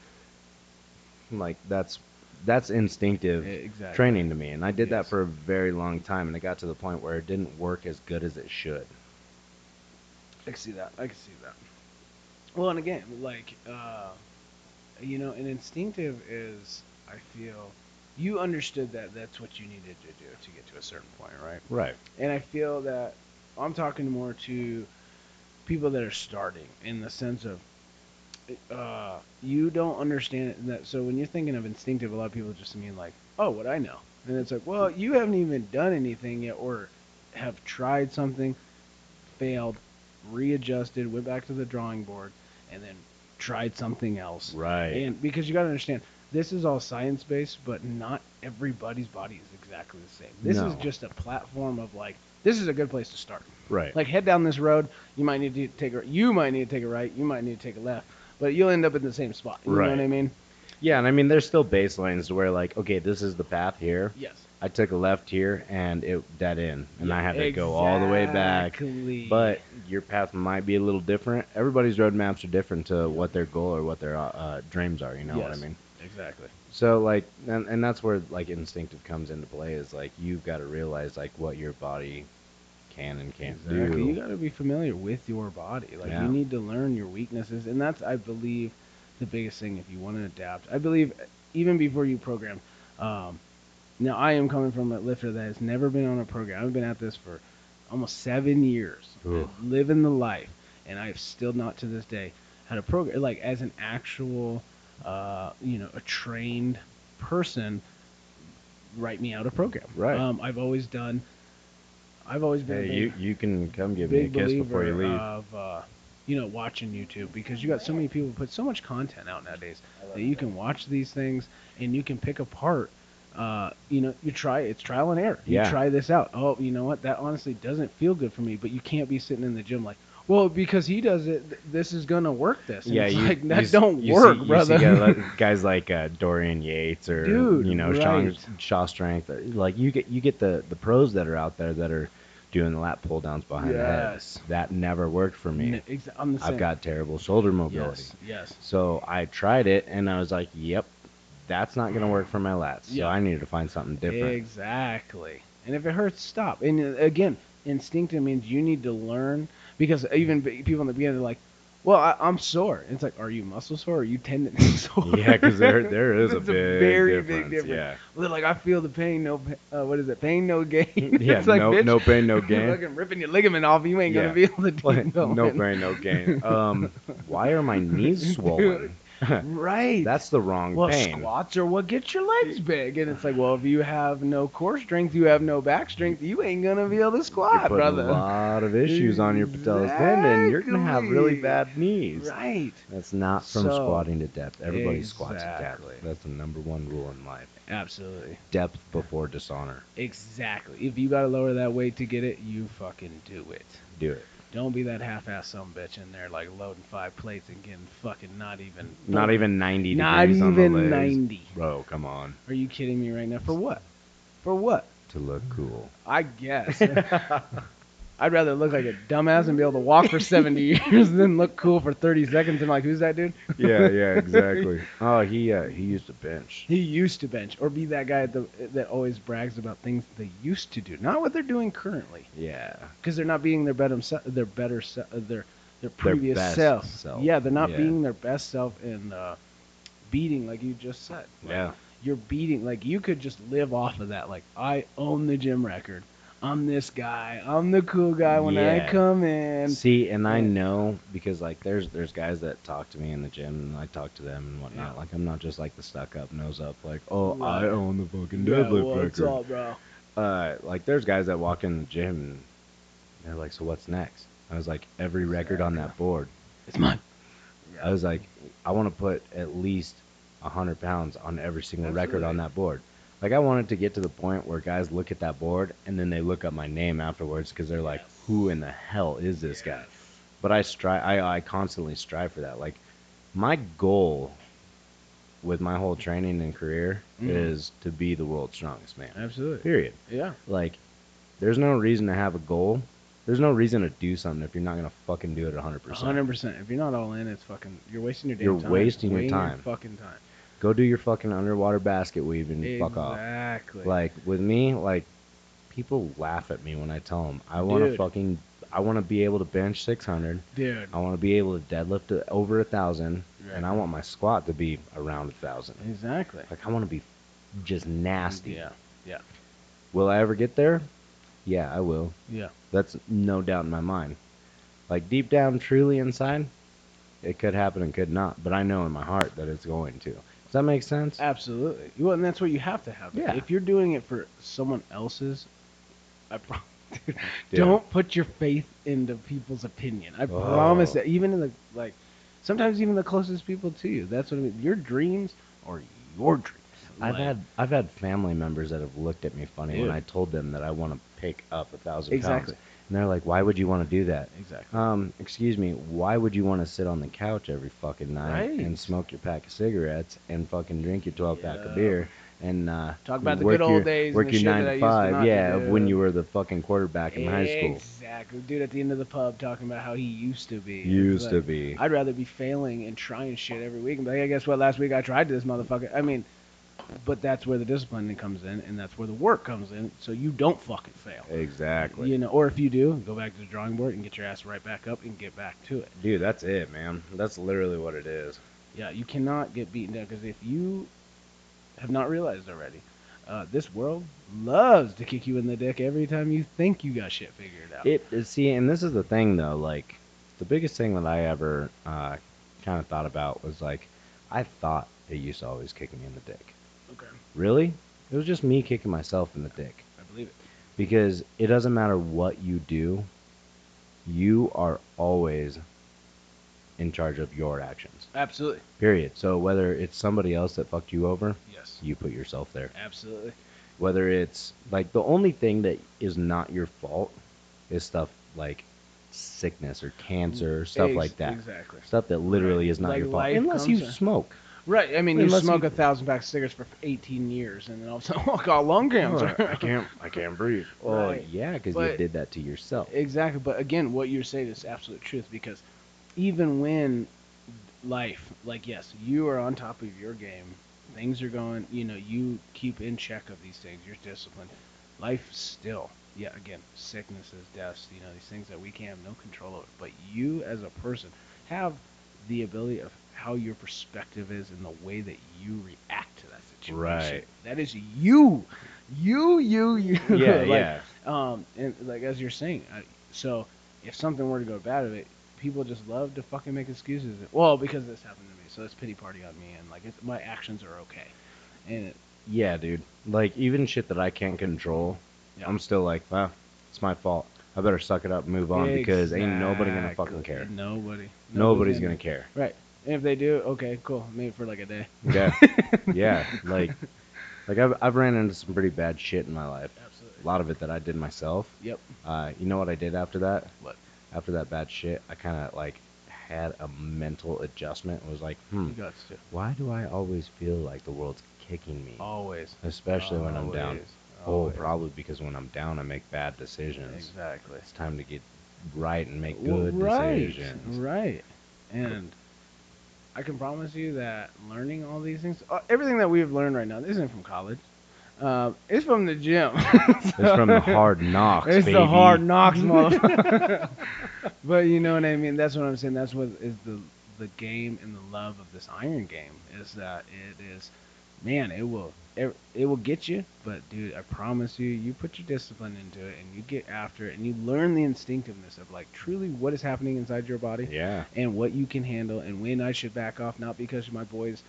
S1: I'm like that's that's instinctive
S2: E- exactly.
S1: training to me, and I did that
S2: Yes.
S1: for a very long time, and it got to the point where it didn't work as good as it should.
S2: I can see that. I can see that. Well, and again, like, uh, you know, an instinctive is, I feel, you understood that that's what you needed to do to get to a certain point, right?
S1: Right.
S2: And I feel that I'm talking more to people that are starting in the sense of uh, you don't understand it that. So when you're thinking of instinctive, a lot of people just mean like, oh, what I know, and it's like, well, you haven't even done anything yet, or have tried something, failed, readjusted, went back to the drawing board, and then tried something else.
S1: Right.
S2: And because you got to understand, this is all science based, but not everybody's body is exactly the same. This is
S1: No.
S2: just a platform of like, this is a good place to start.
S1: right.
S2: Like head down this road, you might need to take a you might need to take a right, you might need to take a left, but you'll end up in the same spot. You know
S1: Right.
S2: what I mean?
S1: yeah, and I mean, there's still baselines to where like, okay, this is the path here.
S2: Yes.
S1: I took a left here and it dead end, and I had to go all the way back.
S2: Exactly.
S1: But your path might be a little different. Everybody's roadmaps are different to what their goal or what their uh, uh, dreams are. You know what I
S2: Yes.
S1: mean?
S2: exactly.
S1: So like, and, and that's where like instinctive comes into play. Is like you've got to realize like what your body can and can't
S2: Exactly. You
S1: do.
S2: got to be familiar with your body. Like
S1: Yeah.
S2: you need to learn your weaknesses, and that's I believe the biggest thing if you want to adapt. I believe even before you program. Um, now I am coming from a lifter that has never been on a program. I've been at this for almost seven years,
S1: Oof.
S2: living the life, and I've still not to this day had a program like as an actual, uh, you know, a trained person write me out a program.
S1: Right.
S2: Um, I've always done. I've always been. a
S1: Hey,
S2: big-
S1: you you can come give me a
S2: big
S1: kiss
S2: believer
S1: before you leave.
S2: of uh, you know watching YouTube because you got so many people put so much content out nowadays that you can watch these things and you can pick apart. Uh, you know, you try it's trial and error. You
S1: Yeah.
S2: try this out. Oh, you know what? That honestly doesn't feel good for me. But you can't be sitting in the gym like, well, because he does it, th- this is gonna work. This. And
S1: yeah,
S2: it's
S1: you,
S2: like
S1: you
S2: that
S1: s-
S2: don't
S1: you
S2: work,
S1: see,
S2: brother.
S1: You see guy- like- guys like uh, Dorian Yates or
S2: Dude,
S1: you know
S2: right.
S1: Shaw, Shaw Strength. or- Like you get you get the the pros that are out there that are doing the lat pull downs behind the head.
S2: Yes.
S1: That never worked for me.
S2: N- [laughs] exa- I'm the same.
S1: I've got terrible shoulder mobility.
S2: yes, yes.
S1: So I tried it and I was like, yep, that's not going to work for my lats. So
S2: Yeah.
S1: I needed to find something different.
S2: Exactly. And if it hurts, stop. And uh, again, instinctive means you need to learn because even b- people in the beginning are like, "Well, I, I'm sore." It's like, are you muscle sore? Or are you tendon [laughs] sore?
S1: [laughs] Yeah, because
S2: [laughs]
S1: there there is a
S2: It's
S1: big
S2: very
S1: difference.
S2: big difference. They're like, I feel the pain. No, pa- uh, what is it? Pain, no gain. [laughs]
S1: Yeah, yeah
S2: it's like,
S1: no,
S2: bitch,
S1: no pain, no
S2: [laughs] you're
S1: gain. [laughs]
S2: fucking ripping your ligament off. You ain't
S1: Yeah.
S2: gonna be able to do [laughs]
S1: Well, no
S2: nothing.
S1: pain, no gain. [laughs] Um, why are my
S2: [laughs]
S1: knees swollen?
S2: Right.
S1: That's the wrong
S2: well,
S1: pain.
S2: squats are what gets your legs big, and it's like, well, if you have no core strength, you have no back strength, you ain't gonna be able to
S1: You're
S2: squat,
S1: putting
S2: brother.
S1: a lot of issues on your patellar tendon. You're gonna have really
S2: Exactly.
S1: bad knees.
S2: Right.
S1: That's not from
S2: So-
S1: squatting to depth. Everybody squats to
S2: Exactly.
S1: depth. That's the number one rule in life.
S2: Absolutely.
S1: Depth before dishonor.
S2: Exactly. If you gotta lower that weight to get it, you fucking do it.
S1: Do it.
S2: Don't be that half-ass some bitch in there like loading five plates and getting fucking not even
S1: Not even 90
S2: not
S1: degrees on the
S2: even
S1: legs.
S2: ninety.
S1: Bro, come on.
S2: Are you kidding me right now? For what? For what?
S1: To look cool. [laughs]
S2: I guess. I'd rather look like a dumbass and be able to walk for
S1: [laughs]
S2: 70 years than look cool for 30 seconds and like, who's that dude?
S1: yeah, yeah, exactly. Oh, he uh, he used to bench.
S2: He used to bench or be that guy at the, that always brags about things they used to do, not what they're doing currently,
S1: Yeah.
S2: because they're not being their better themse- their better se- uh, their their previous
S1: best
S2: self.
S1: self,
S2: Yeah, they're not
S1: yeah.
S2: being their best self and uh, beating like you just said. Like,
S1: Yeah.
S2: you're beating like you could just live off of that like i own the gym record i'm this guy i'm the cool guy when
S1: Yeah.
S2: i come in
S1: See, and I
S2: Yeah.
S1: know because like there's there's guys that talk to me in the gym and I talk to them and whatnot.
S2: Yeah.
S1: Like I'm not just like the stuck up, nose up. Like oh,
S2: Right.
S1: I own the fucking
S2: Yeah,
S1: deadlift
S2: what's
S1: record.
S2: up, bro
S1: Uh, like there's guys that walk in the gym and they're like, so what's next? I was like, every record on that board.
S2: it's mine
S1: I was like, I want to put at least 100 pounds on every single record on
S2: Absolutely.
S1: that board. Like, I wanted to get to the point where guys look at that board and then they look up my name afterwards because they're like,
S2: Yes.
S1: who in the hell is this guy? But I strive, I, I constantly strive for that. Like, my goal with my whole training and career
S2: Mhm.
S1: is to be the world's strongest man.
S2: absolutely
S1: Period.
S2: yeah
S1: Like, there's no reason to have a goal. There's no reason to do something if you're not going to fucking do it 100%.
S2: 100% if you're not all in it's fucking you're wasting your damn
S1: You're
S2: time
S1: wasting your
S2: Wasting
S1: time.
S2: fucking time
S1: Go do your fucking underwater basket weave and fuck off.
S2: exactly
S1: Like with me, like people laugh at me when I tell them I want to
S2: Dude.
S1: fucking I want to be able to bench 600.
S2: dude
S1: I want to be able to deadlift to over a thousand, and I want my squat to be around a thousand.
S2: exactly
S1: Like I want to be just nasty.
S2: Yeah.
S1: Will I ever get there? Yeah, I will.
S2: Yeah.
S1: That's no doubt in my mind. Like deep down, truly inside, it could happen and could not. But I know in my heart that it's going to. Does that make sense?
S2: Absolutely. Well, and that's what you have to have.
S1: Yeah.
S2: If you're doing it for someone else's, I pro- [laughs]
S1: Yeah.
S2: don't put your faith into people's opinion. I promise
S1: Oh.
S2: that even in the like, sometimes even the closest people to you. That's what I mean. Your dreams are your dreams.
S1: I've
S2: Like,
S1: had I've had family members that have looked at me funny when
S2: Dude.
S1: I told them that I want to pick up a thousand
S2: Exactly.
S1: pounds, and they're like, "Why would you want to do that?"
S2: exactly.
S1: Um, excuse me, why would you want to sit on the couch every fucking night
S2: Right.
S1: and smoke your pack of cigarettes and fucking drink your 12 pack
S2: Yeah.
S1: of beer and uh,
S2: Talk about the
S1: work
S2: good old
S1: your-
S2: days and
S1: work
S2: the
S1: your
S2: shit
S1: nine
S2: that I
S1: to
S2: used to
S1: five,
S2: not
S1: yeah, of
S2: do.
S1: when you were the fucking quarterback in high school.
S2: Exactly, dude. At the end of the pub, talking about how he used to be. It's
S1: Used
S2: like,
S1: to be.
S2: I'd rather be failing and trying shit every week and be like, hey, guess what? Last week I tried this motherfucker. I mean, but that's where the discipline comes in, and that's where the work comes in, so you don't fucking fail.
S1: exactly.
S2: You know, or if you do, go back to the drawing board and get your ass right back up and get back to it.
S1: Dude, that's it, man. That's literally what it is.
S2: Yeah, you cannot get beaten down because if you have not realized already, uh, this world loves to kick you in the dick every time you think you got shit figured out.
S1: It is- see, and this is the thing though. Like the biggest thing that I ever uh, kind of thought about was like, I thought it used to always kick me in the dick.
S2: okay,
S1: Really? It was just me kicking myself in the dick.
S2: I believe it.
S1: because it doesn't matter what you do, you are always in charge of your actions.
S2: Absolutely.
S1: Period. So whether it's somebody else that fucked you over,
S2: Yes.
S1: you put yourself there.
S2: Absolutely.
S1: Whether it's like the only thing that is not your fault is stuff like sickness or cancer, stuff
S2: Ex-
S1: like that.
S2: Exactly.
S1: Stuff that literally
S2: Right.
S1: is not
S2: Like
S1: your fault
S2: life
S1: unless
S2: comes
S1: you
S2: in-
S1: smoke.
S2: Right. I mean, you
S1: Unless
S2: smoke
S1: you-
S2: a thousand pack of cigarettes for 18 years, and then all of a sudden, [laughs] look, all lung cancer.
S1: can't. I can't breathe. Oh
S2: Right.
S1: yeah, because you
S2: But-
S1: did that to yourself.
S2: exactly. But again, what you're saying is absolute truth because even when life, like yes, you are on top of your game, things are going. You know, you keep in check of these things. You're disciplined. Life still. Yeah, again, sicknesses, deaths, you know, these things that we can have no control over. But you as a person have the ability of how your perspective is and the way that you react to that situation.
S1: Right.
S2: That is you. You, you, you.
S1: Yeah,
S2: [laughs] Like,
S1: yeah.
S2: um, and like as you're saying, I, so if something were to go bad of it, people just love to fucking make excuses. Well, because this happened to me, so it's pity party on me, and like it's, my actions are okay. And it,
S1: Yeah, dude. Like even shit that I can't control,
S2: Yeah.
S1: I'm still like, well, it's my fault. I better suck it up, and move on, because ain't nobody gonna fucking
S2: Exactly.
S1: care.
S2: Nobody.
S1: Nobody's gonna care.
S2: care. Right. And if they do, okay, cool. Maybe for like a day. [laughs]
S1: Yeah, yeah. Like, like I've I've ran into some pretty bad shit in my life.
S2: Absolutely.
S1: A lot of it that I did myself.
S2: Yep.
S1: Uh, you know what I did after that?
S2: What?
S1: After that bad shit, I kind of like had a mental adjustment. Was like, hmm,
S2: You got to.
S1: why do I always feel like the world's kicking me?
S2: Always.
S1: Especially when I'm down.
S2: Always.
S1: Oh,
S2: Always.
S1: probably because when I'm down, I make bad decisions.
S2: Exactly.
S1: It's time to get right and make
S2: Well,
S1: good
S2: right,
S1: decisions.
S2: Right. And I can promise you that learning all these things, uh, everything that we've learned right now, this isn't from college. Um, it's from the gym. [laughs]
S1: It's from the hard knocks,
S2: it's
S1: baby.
S2: the hard
S1: [laughs]
S2: knocks, motherfucker. [laughs] but you know what I mean. That's what I'm saying. That's what is the the game and the love of this iron game is that it is, man, it will it, it will get you. But dude, I promise you, you put your discipline into it and you get after it and you learn the instinctiveness of like truly what is happening inside your body
S1: Yeah.
S2: and what you can handle and when I should back off. Not because my boys,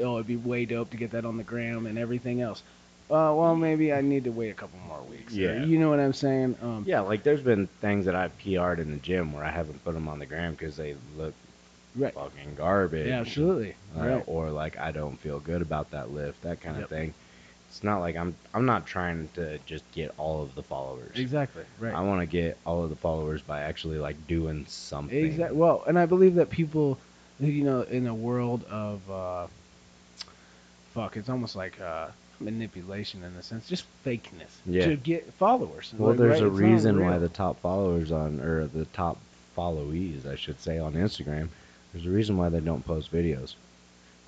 S2: oh, it'd be way dope to get that on the gram and everything else. Uh, well, maybe I need to wait a couple more weeks. or-
S1: Yeah.
S2: you know what I'm saying? Um,
S1: Yeah, like there's been things that I've PR'd in the gym where I haven't put them on the gram because they look
S2: Right.
S1: fucking garbage.
S2: Yeah, absolutely.
S1: Uh,
S2: Right.
S1: Or like I don't feel good about that lift, that kind
S2: Yep.
S1: of thing. It's not like I'm I'm not trying to just get all of the followers.
S2: Exactly.
S1: I
S2: Right.
S1: want to get all of the followers by actually like doing something.
S2: Exactly. Well, and I believe that people, you know, in a world of, uh, fuck, it's almost like uh, manipulation in a sense, just fakeness
S1: Yeah.
S2: to get followers.
S1: Well,
S2: Like,
S1: there's
S2: right,
S1: a
S2: it's not
S1: reason why
S2: real.
S1: the top followers on, or the top followees, I should say, on Instagram, there's a reason why they don't post videos.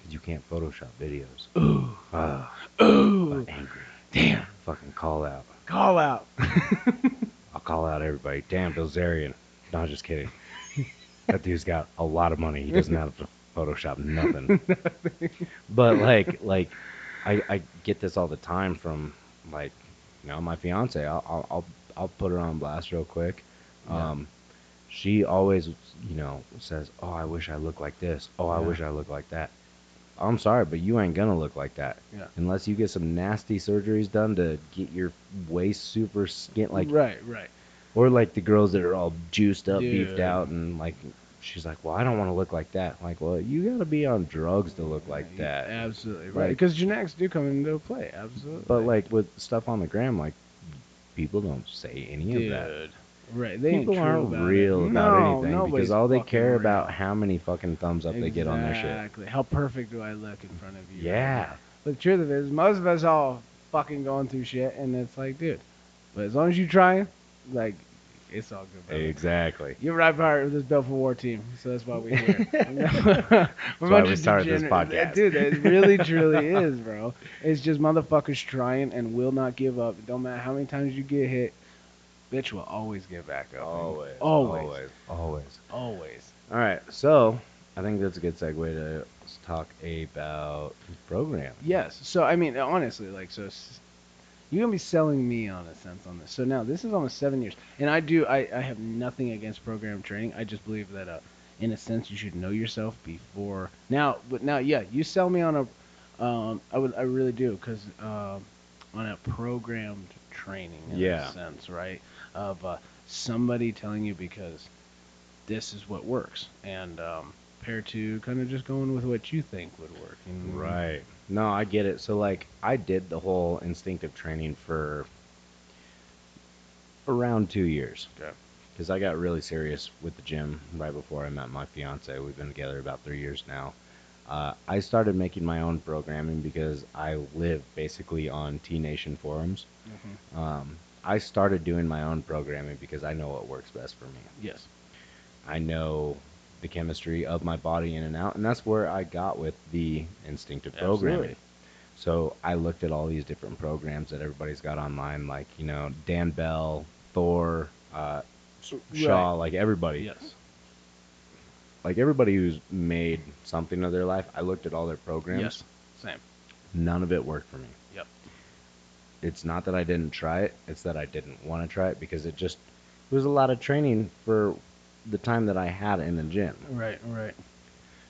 S1: Because you can't Photoshop videos.
S2: Ooh,
S1: Ah,
S2: ooh,
S1: I'm angry.
S2: damn,
S1: Fucking call out. [laughs]
S2: call out.
S1: I'll call out everybody. Damn, Bill Zarian. No, just
S2: [laughs]
S1: kidding. that dude's got a [laughs]
S2: [laughs]
S1: lot of money. He doesn't have to Photoshop nothing. but like, like, I, I get this all the time from like you know my fiance. I'll I'll I'll, I'll put her on blast real quick.
S2: Yeah.
S1: Um, she always you know says, "Oh, I wish I looked like this. Oh, I
S2: Yeah.
S1: wish I looked like that." I'm sorry, but you ain't gonna look like that
S2: Yeah.
S1: unless you get some nasty surgeries done to get your waist super skin like
S2: right, right.
S1: or like the girls that are all juiced up, beefed
S2: Dude.
S1: out, and like she's like, "Well, I don't want to look like that." I'm like, well, you gotta be on drugs to look like that.
S2: Absolutely right.
S1: Like-
S2: Because genetics do come into play. Absolutely.
S1: But like with stuff on the gram, like people don't say any
S2: dude,
S1: of that.
S2: right? They ain't
S1: people
S2: true
S1: aren't
S2: about it.
S1: real about
S2: No,
S1: anything because
S2: nobody's
S1: all they
S2: fucking
S1: care
S2: real.
S1: about how many fucking thumbs up they get on their shit.
S2: Exactly. How perfect do I look in front of you? right
S1: Yeah,
S2: But the truth of it is, most of us all fucking going through shit, and it's like, dude. But as long as you try, like, it's all good. Brother.
S1: exactly.
S2: You're right part of this Belfort War team, so that's why we're here. [laughs] that's
S1: why we started this podcast.
S2: dude. It
S1: [laughs]
S2: really, truly is, bro. It's just motherfuckers trying and will not give up. It don't matter how many times you get hit, bitch will always get back up. man. always, always.
S1: always. All right, so I think that's a good segue to let's talk about program.
S2: Yes. So I mean, honestly, like, so s- you're gonna be selling me on a sense on this. So now this is almost seven years, and I do. I, I have nothing against program training. I just believe that, uh, in a sense, you should know yourself before now. But now, yeah, you sell me on a. Um, I would. I really do because um, on a programmed training. In
S1: Yeah.
S2: A sense, right? Of uh, somebody telling you because this is what works and. um Compared to kind of just going with what you think would work. you know what I mean?
S1: Right. No, I get it. So like I did the whole instinctive training for around 2 years.
S2: Okay.
S1: Cuz I got really serious with the gym right before I met my fiance. We've been together about 3 years now. Uh, I started making my own programming because I live basically on T Nation forums.
S2: Mhm.
S1: Um, I started doing my own programming because I know what works best for me.
S2: Yes.
S1: I know the chemistry of my body in and out, and that's where I got with the instinctive programming.
S2: Absolutely.
S1: So I looked at all these different programs that everybody's got online, like you know Dan Bell, Thor, uh, Shaw, like everybody,
S2: Yes.
S1: like everybody who's made something of their life. I looked at all their programs.
S2: Yes. Same.
S1: None of it worked for me.
S2: Yep.
S1: It's not that I didn't try it; it's that I didn't want to try it because it just it was a lot of training for the time that I had in the gym.
S2: Right. Right.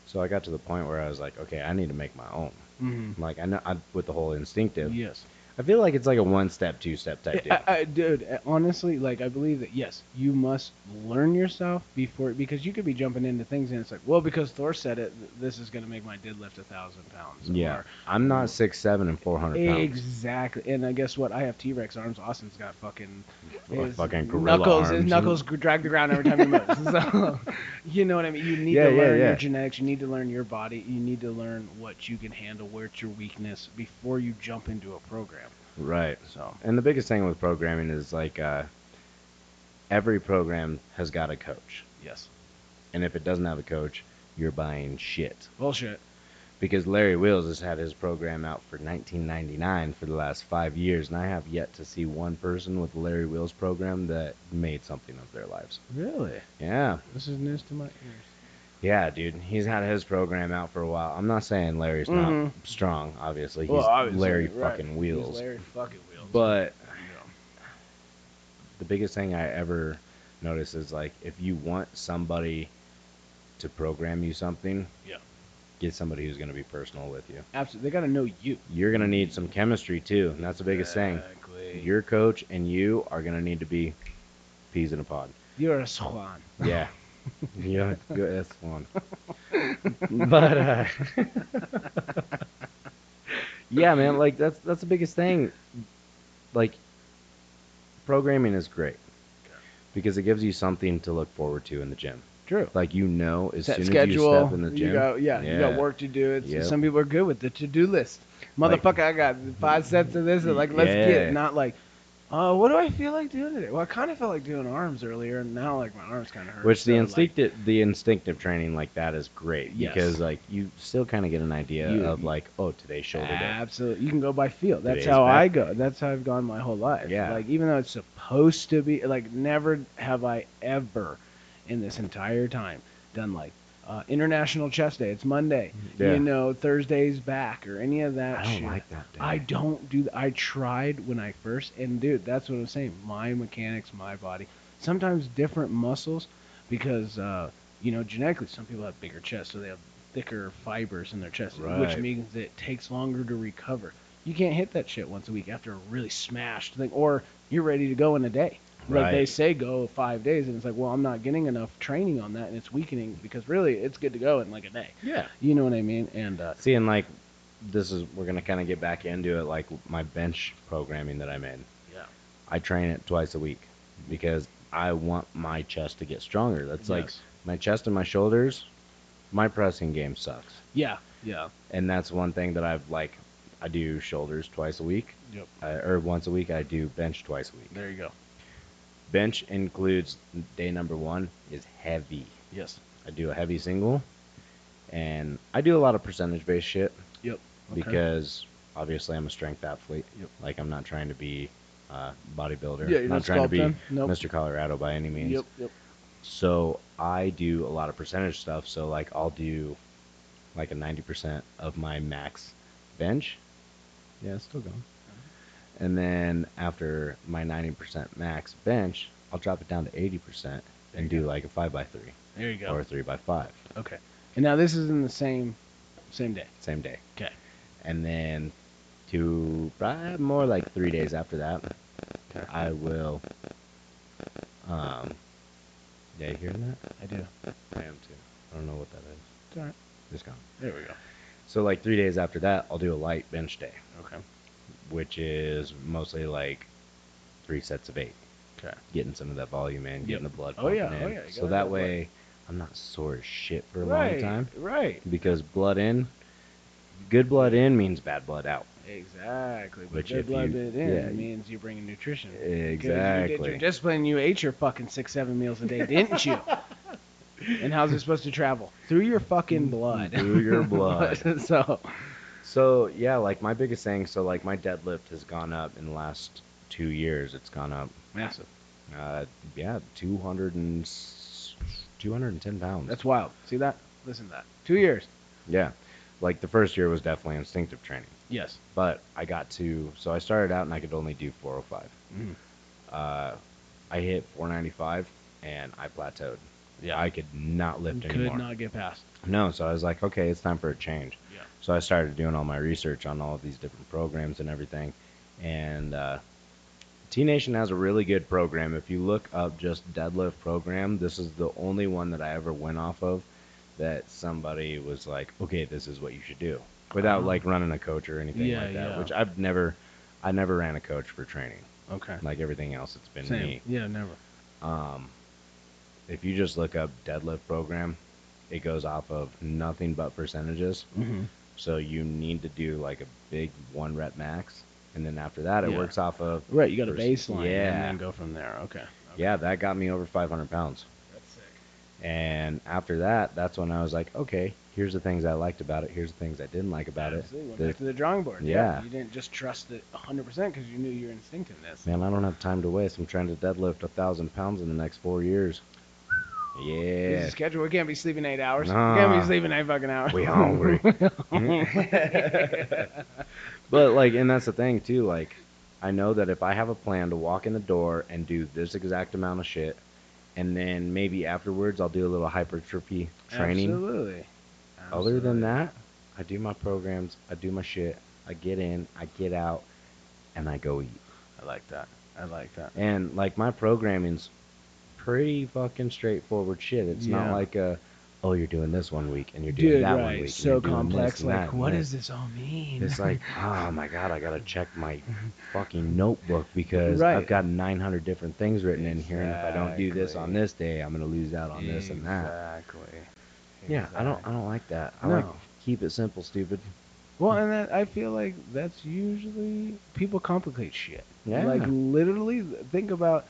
S1: So I got to the point where I was like, okay, I need to make my own.
S2: Mm-hmm.
S1: Like I know I, with the whole instinctive,
S2: Yes.
S1: I feel like it's like a one step, two step type
S2: [laughs]
S1: deal.
S2: I, I, dude, uh, honestly, like I believe that yes, you must learn yourself before because you could be jumping into things and it's like, well, because Thor said it, th- this is gonna make my deadlift a thousand pounds.
S1: yeah,
S2: or-
S1: I'm not six seven and four hundred pounds.
S2: exactly. And I guess what I have T Rex arms. Austin's got fucking
S1: Or
S2: his
S1: fucking gorilla
S2: knuckles.
S1: arms
S2: His
S1: and-
S2: knuckles g- drag the ground every time he moves. [laughs] so, you know what I mean. You need
S1: Yeah,
S2: to
S1: yeah,
S2: learn
S1: yeah.
S2: your genetics. You need to learn your body. You need to learn what you can handle, where's your weakness before you jump into a program.
S1: Right.
S2: So
S1: And the biggest thing with programming is like uh, every program has got a coach,
S2: yes,
S1: and if it doesn't have a coach, you're buying shit.
S2: bullshit.
S1: Because Larry Wills has had his program out for 1999 for the last five years, and I have yet to see one person with Larry Wills' program that made something of their lives.
S2: Really,
S1: Yeah.
S2: this is news to my ears.
S1: Yeah, dude, he's had his program out for a while. I'm not saying Larry's not
S2: Mhm.
S1: strong, obviously. He's
S2: Well, obviously,
S1: Larry
S2: right.
S1: fucking Wheels.
S2: He's Larry fucking wheels.
S1: But
S2: you know.
S1: the biggest thing I ever noticed is like if you want somebody to program you something,
S2: Yeah.
S1: get somebody who's going to be personal with you.
S2: absolutely, they gotta know you.
S1: You're going to need some chemistry too, and that's the biggest thing.
S2: Exactly.
S1: Your coach and you are going to need to be peas in a pod.
S2: You're a swan. [laughs]
S1: Yeah. yeah, good. That's one. [laughs] but uh, [laughs] yeah, man, like that's that's the biggest thing. Like programming is great because it gives you something to look forward to in the gym.
S2: True.
S1: Like you know, as
S2: Set
S1: soon
S2: schedule.
S1: as you step in the gym,
S2: You got, yeah, you
S1: Yeah.
S2: got work to do. It's,
S1: Yep.
S2: Some people are good with the to-do list.
S1: Like-
S2: Motherfucker, I got five sets of this. and, Like, let's get
S1: Yeah.
S2: it. Not like, oh, what do I feel like doing today? Well, I kind of felt like doing arms earlier, and now like my arms kind of hurt.
S1: which the
S2: so,
S1: instinctive the instinctive training like that is great
S2: Yes.
S1: because like you still kind of get an idea
S2: You-
S1: of like oh today's
S2: Like,
S1: shoulder day.
S2: absolutely, you can go by feel. That's
S1: Today's
S2: how
S1: back.
S2: I go. That's how I've gone my whole life.
S1: Yeah.
S2: Like even though it's supposed to be like, never have I ever in this entire time done like. uh, International Chess Day. It's Monday.
S1: Yeah.
S2: You know, Thursday's back or any of that
S1: I don't
S2: shit.
S1: like that day.
S2: I don't do. th- I tried when I first, and dude, that's what I'm saying. My mechanics, my body. Sometimes different muscles, because uh, you know genetically, some people have bigger chests, so they have thicker fibers in their chest, which
S1: Right.
S2: means it takes longer to recover. You can't hit that shit once a week after a really smashed thing, or you're ready to go in a day. But they
S1: Right.
S2: say go five days, and it's like, well, I'm not getting enough training on that, and it's weakening because really, it's good to go in like a day.
S1: Yeah.
S2: You know what I mean? And uh,
S1: See, and like, this is we're gonna kind of get back into it, like my bench programming that I'm in.
S2: yeah,
S1: I train it twice a week because I want my chest to get stronger. That's like
S2: Yes.
S1: my chest and my shoulders. My pressing game sucks,
S2: yeah, yeah,
S1: and that's one thing that I've like. I do shoulders twice a week,
S2: yep.
S1: uh, or once a week. I do bench twice a week.
S2: There you go.
S1: Bench includes day number one is heavy.
S2: Yes.
S1: I do a heavy single, and I do a lot of percentage based shit
S2: Yep.
S1: because obviously I'm a strength athlete.
S2: Yep.
S1: Like I'm not trying to be a bodybuilder.
S2: Yeah, you're
S1: I'm
S2: not
S1: not trying to be
S2: sculpting. Nope.
S1: Mr. Colorado by any means.
S2: Yep. Yep.
S1: So I do a lot of percentage stuff. So like I'll do like a 90% of my max bench. Yeah, it's still going. And then after my 90% max bench, I'll drop it down to 80%
S2: There you
S1: and do
S2: go.
S1: like a 5 by 3
S2: There you go.
S1: or a 3 by 5
S2: Okay. And now this is in the same, same day.
S1: same day.
S2: Okay.
S1: and then two probably more like three days after that i will um yeah you hearing that
S2: I do.
S1: i am too i don't know what that is
S2: All right.
S1: it's gone
S2: There we go.
S1: so like three days after that i'll do a light bench day
S2: Okay.
S1: which is mostly like three sets of eight
S2: Okay.
S1: getting some of that volume in getting
S2: Yep.
S1: the blood
S2: Oh,
S1: pumping
S2: yeah, oh,
S1: in
S2: yeah, you
S1: so
S2: gotta
S1: that
S2: have blood.
S1: way i'm not sore as shit for a
S2: right.
S1: long time
S2: Right.
S1: because blood in good blood in means bad blood out
S2: Exactly. But
S1: Which
S2: good
S1: if you-
S2: blood bit in
S1: yeah, you-
S2: means you're bringing nutrition. 'Cause You did your
S1: Exactly.
S2: discipline. You ate your fucking six, seven meals a day, didn't [laughs] you? And how's it supposed to travel? Through your fucking blood.
S1: Mm, Through
S2: [laughs]
S1: your blood.
S2: so,
S1: So yeah, like my biggest thing. So like my deadlift has gone up in the last two years. It's gone up,
S2: massive.
S1: uh, yeah, 200 and, s- 210 pounds.
S2: That's wild. See that? Listen to that. Two years.
S1: yeah. Like the first year was definitely instinctive training,
S2: Yes.
S1: but I got to. So I started out and I could only do 405.
S2: Mm.
S1: Uh, I hit 495 and I plateaued.
S2: Yeah.
S1: I could not lift
S2: Could
S1: anymore.
S2: not get past.
S1: No, so I was like, okay, it's time for a change.
S2: Yeah.
S1: So I started doing all my research on all of these different programs and everything. And uh, T Nation has a really good program. If you look up just deadlift program, this is the only one that I ever went off of that somebody was like, okay, this is what you should do without
S2: Oh.
S1: like running a coach or anything
S2: Yeah,
S1: like that,
S2: yeah.
S1: which I've never, I never ran a coach for training.
S2: Okay.
S1: Like everything else, it's been
S2: Same.
S1: me.
S2: Yeah, never.
S1: Um, if you just look up deadlift program, it goes off of nothing but percentages.
S2: Mm-hmm.
S1: So you need to do like a big one rep max, and then after that, it
S2: Yeah.
S1: works off of
S2: Right, you got a
S1: pers-
S2: baseline and
S1: Yeah,
S2: then go from there. Okay.
S1: yeah, that got me over 500 pounds.
S2: That's sick.
S1: And after that, that's when I was like, okay, here's the things I liked about it. Here's the things I didn't like about it.
S2: Went
S1: The-
S2: back to the drawing board.
S1: Yeah.
S2: You didn't just trust it 100% because you knew your instinctiveness.
S1: Man, I don't have time to waste. I'm trying to deadlift a thousand pounds in the next four years.
S2: Busy
S1: Yeah,
S2: schedule. We can't be sleeping eight hours.
S1: Nah.
S2: We can't be sleeping eight fucking hours. [laughs]
S1: we hungry. [laughs] But like, and that's the thing too. Like, I know that if I have a plan to walk in the door and do this exact amount of shit, and then maybe afterwards I'll do a little hypertrophy training.
S2: Absolutely.
S1: Other
S2: Absolutely.
S1: than that, I do my programs, I do my shit, I get in, I get out, and I go eat.
S2: I like that. I like that.
S1: And like my programming's pretty fucking straightforward shit. It's
S2: Yeah.
S1: not like a, oh, you're doing this one week and you're doing
S2: Dude,
S1: that one week.
S2: right.
S1: and
S2: So
S1: you're doing this
S2: complex.
S1: and that
S2: Like,
S1: and
S2: what
S1: this.
S2: does this all mean?
S1: It's
S2: [laughs]
S1: like, oh my god, I gotta check my fucking notebook because
S2: Right.
S1: I've got 900 different things written in here, and if I don't do this on
S2: Exactly.
S1: this day, I'm gonna lose out on this and that.
S2: Exactly.
S1: Yeah, I don't, I don't like that. I like
S2: No.
S1: keep it simple, stupid.
S2: Well, and that, I feel like that's usually people complicate shit.
S1: Yeah.
S2: Like literally, think about.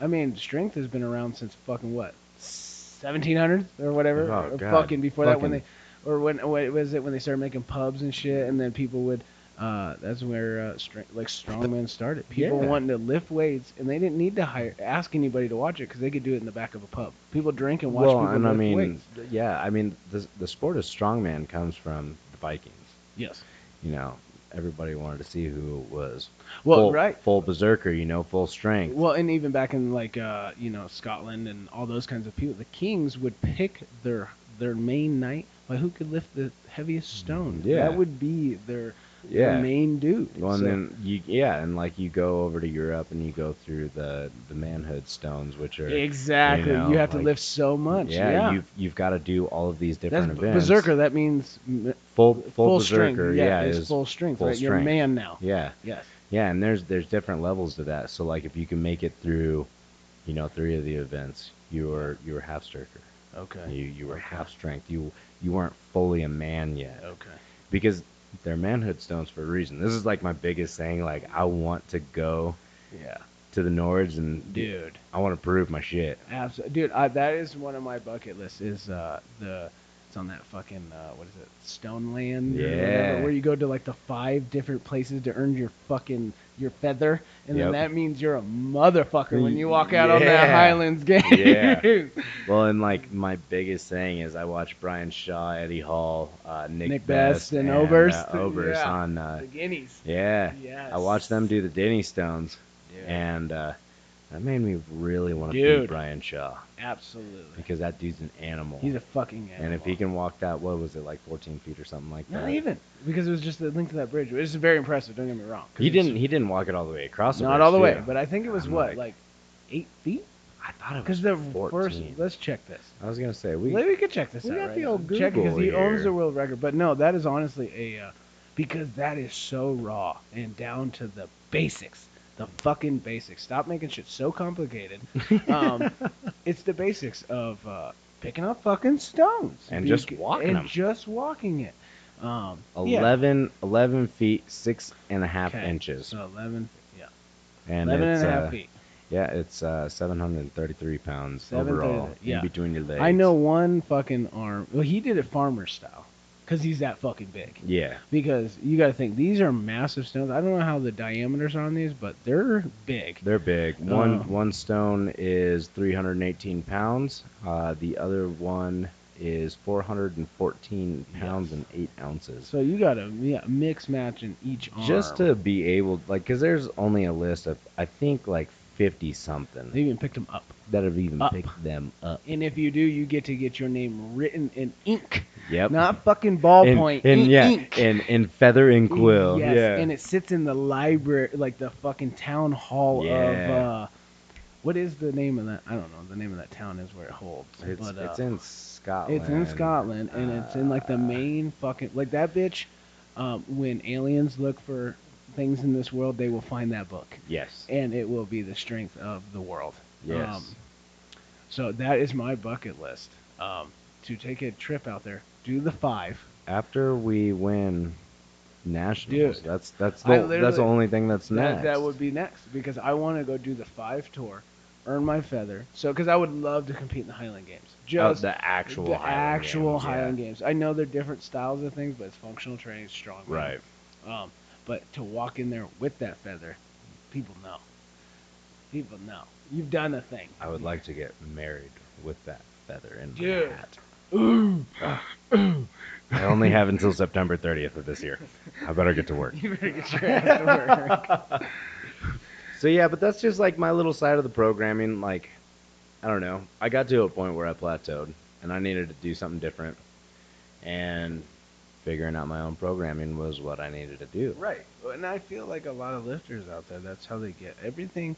S2: I mean, strength has been around since fucking what, 1700s or whatever.
S1: Oh,
S2: or
S1: God.
S2: fucking before that, when they,
S1: Fucking-
S2: or when what was it when they started making pubs and shit, and then people would Uh, that's where uh, str- like strongman started. People
S1: Yeah.
S2: wanting to lift weights, and they didn't need to hire ask anybody to watch it because they could do it in the back of a pub. People drink and watch
S1: well,
S2: people
S1: and I
S2: lift
S1: mean,
S2: weights.
S1: th- yeah, I mean, the the sport of strongman comes from the Vikings.
S2: Yes.
S1: You know, everybody wanted to see who was
S2: Well,
S1: full,
S2: right.
S1: full berserker. You know, full strength.
S2: Well, and even back in like uh, you know Scotland and all those kinds of people, the kings would pick their their main knight by who could lift the heaviest stone.
S1: Mm, Yeah.
S2: That would be their, their
S1: yeah.
S2: main dude.
S1: Well, and
S2: So-
S1: then you, yeah, and like you go over to Europe and you go through the the manhood stones, which are you
S2: exactly.
S1: know,
S2: you have to
S1: like-
S2: lift so much. Yeah.
S1: yeah, you've you've got to do all of these
S2: That's
S1: different
S2: b-
S1: events.
S2: berserker. That means m-
S1: full full,
S2: full
S1: berserker,
S2: strength.
S1: yeah,
S2: it's
S1: is-
S2: full strength.
S1: full
S2: right? You're a
S1: strength.
S2: man now.
S1: yeah,
S2: Yes.
S1: yeah, and there's there's different levels to that. So like if you can make it through, you know, three of the events, you were you were half berserker.
S2: Okay.
S1: You you were
S2: Okay.
S1: half strength. You you weren't fully a man yet
S2: Okay.
S1: because they're manhood stones for a reason. This is like my biggest thing. Like I want to go
S2: Yeah.
S1: to the Nords and
S2: Dude.
S1: I want to prove my shit.
S2: Absolutely, dude. I, that is one of my bucket lists. Is uh the it's on that fucking uh, what is it Stoneland? or
S1: Yeah.
S2: whatever, where you go to like the five different places to earn your fucking your feather, and
S1: Yep.
S2: then that means you're a motherfucker when you walk out on that
S1: Yeah.
S2: Highlands game. [laughs]
S1: Yeah. Well, and like my biggest thing is I watch Brian Shaw, Eddie Hall, uh, Nick,
S2: Nick Best and
S1: uh,
S2: Oberst.
S1: Oberst
S2: Yeah.
S1: on. Uh,
S2: the guineas.
S1: yeah,
S2: Yes.
S1: I watched them do the Denny Stones,
S2: Dude,
S1: and uh, that made me really want to
S2: Dude.
S1: beat Brian Shaw
S2: absolutely.
S1: because that dude's an animal.
S2: He's a fucking
S1: and
S2: animal.
S1: if he can Uh, walk that, what was it like, 14 feet or something like that?
S2: Not even because it was just the length of that bridge. It was very impressive. Don't get me wrong. 'cause
S1: He
S2: it's-
S1: didn't. He didn't walk it all the way across.
S2: Not all the way,
S1: bridge, too.
S2: but I think it was
S1: I'm
S2: what
S1: like-
S2: like eight feet.
S1: I thought it was
S2: Because the
S1: 14.
S2: first, let's check this.
S1: I was gonna say
S2: We,
S1: we.
S2: we could check this
S1: we
S2: out.
S1: got
S2: right
S1: the
S2: now.
S1: old
S2: check it because he
S1: Google
S2: owns
S1: here.
S2: the world record. But no, that is honestly a uh, because that is so raw and down to the basics, the fucking basics. Stop making shit so complicated.
S1: [laughs]
S2: Um, it's the basics of uh, picking up fucking stones
S1: And just
S2: Bec-
S1: walking
S2: and
S1: them.
S2: just walking it. Um, yeah.
S1: 11, 11 feet six and a half
S2: Okay,
S1: inches,
S2: So 11, yeah,
S1: and
S2: 11
S1: it's
S2: and a half
S1: uh,
S2: feet.
S1: Yeah, it's uh, 733 pounds
S2: 733,
S1: overall
S2: yeah.
S1: in between your legs.
S2: I know one fucking arm. Well, he did it farmer style because he's that fucking big.
S1: Yeah,
S2: Because you got to think these are massive stones. I don't know how the diameters are on these, but they're big.
S1: they're big. One
S2: Oh.
S1: one stone is 318 pounds. Uh, the other one is 414 pounds
S2: Yes.
S1: and eight ounces.
S2: So you got to yeah, mix match in each arm.
S1: Just to be able, like, because there's only a list of I think like 50
S2: they
S1: something
S2: even picked them up.
S1: that have even
S2: Up.
S1: picked them up.
S2: And if you do, you get to get your name written in ink,
S1: Yep.
S2: not fucking
S1: in,
S2: ballpoint.
S1: in-
S2: in
S1: yeah,
S2: ink.
S1: in in feather and quill.
S2: Yes,
S1: yeah.
S2: and it sits in the library, like the fucking town hall
S1: Yeah.
S2: of. Uh, what is the name of that? I don't know. The name of that town is where it holds.
S1: it's,
S2: but, uh,
S1: it's in Scotland.
S2: It's in Scotland, and it's in like the
S1: Uh,
S2: main fucking like that bitch. Um, when aliens look for things in this world, they will find that book,
S1: Yes.
S2: and it will be the strength of the world. Um,
S1: Yes.
S2: so that is my bucket list. Um, to take a trip out there, do the five.
S1: after we win nationals,
S2: Dude,
S1: that's that's
S2: I
S1: the, that's
S2: literally-
S1: the only thing that's next.
S2: That, that would be next because I want to go do the five tour, earn my feather. So because I would love to compete in the Highland Games.
S1: Oh,
S2: Just
S1: the actual
S2: the
S1: Highland
S2: actual
S1: Games, yeah.
S2: Highland Games. I know they're different styles of things, but it's functional training, strong.
S1: Right.
S2: Um, but to walk in there with that feather, people know. People know. You've done a thing. [laughs]
S1: I would like to get married with that feather in
S2: Dude.
S1: my hat. I only have until September 30th of this year. I better get to work.
S2: [laughs] You better get your ass to work.
S1: So yeah, but that's just like my little side of the programming. Like, I don't know. I got to a point where I plateaued, and I needed to do something different. And figuring out my own programming was what I needed to do.
S2: Right. And I feel like a lot of lifters out there, that's how they get everything.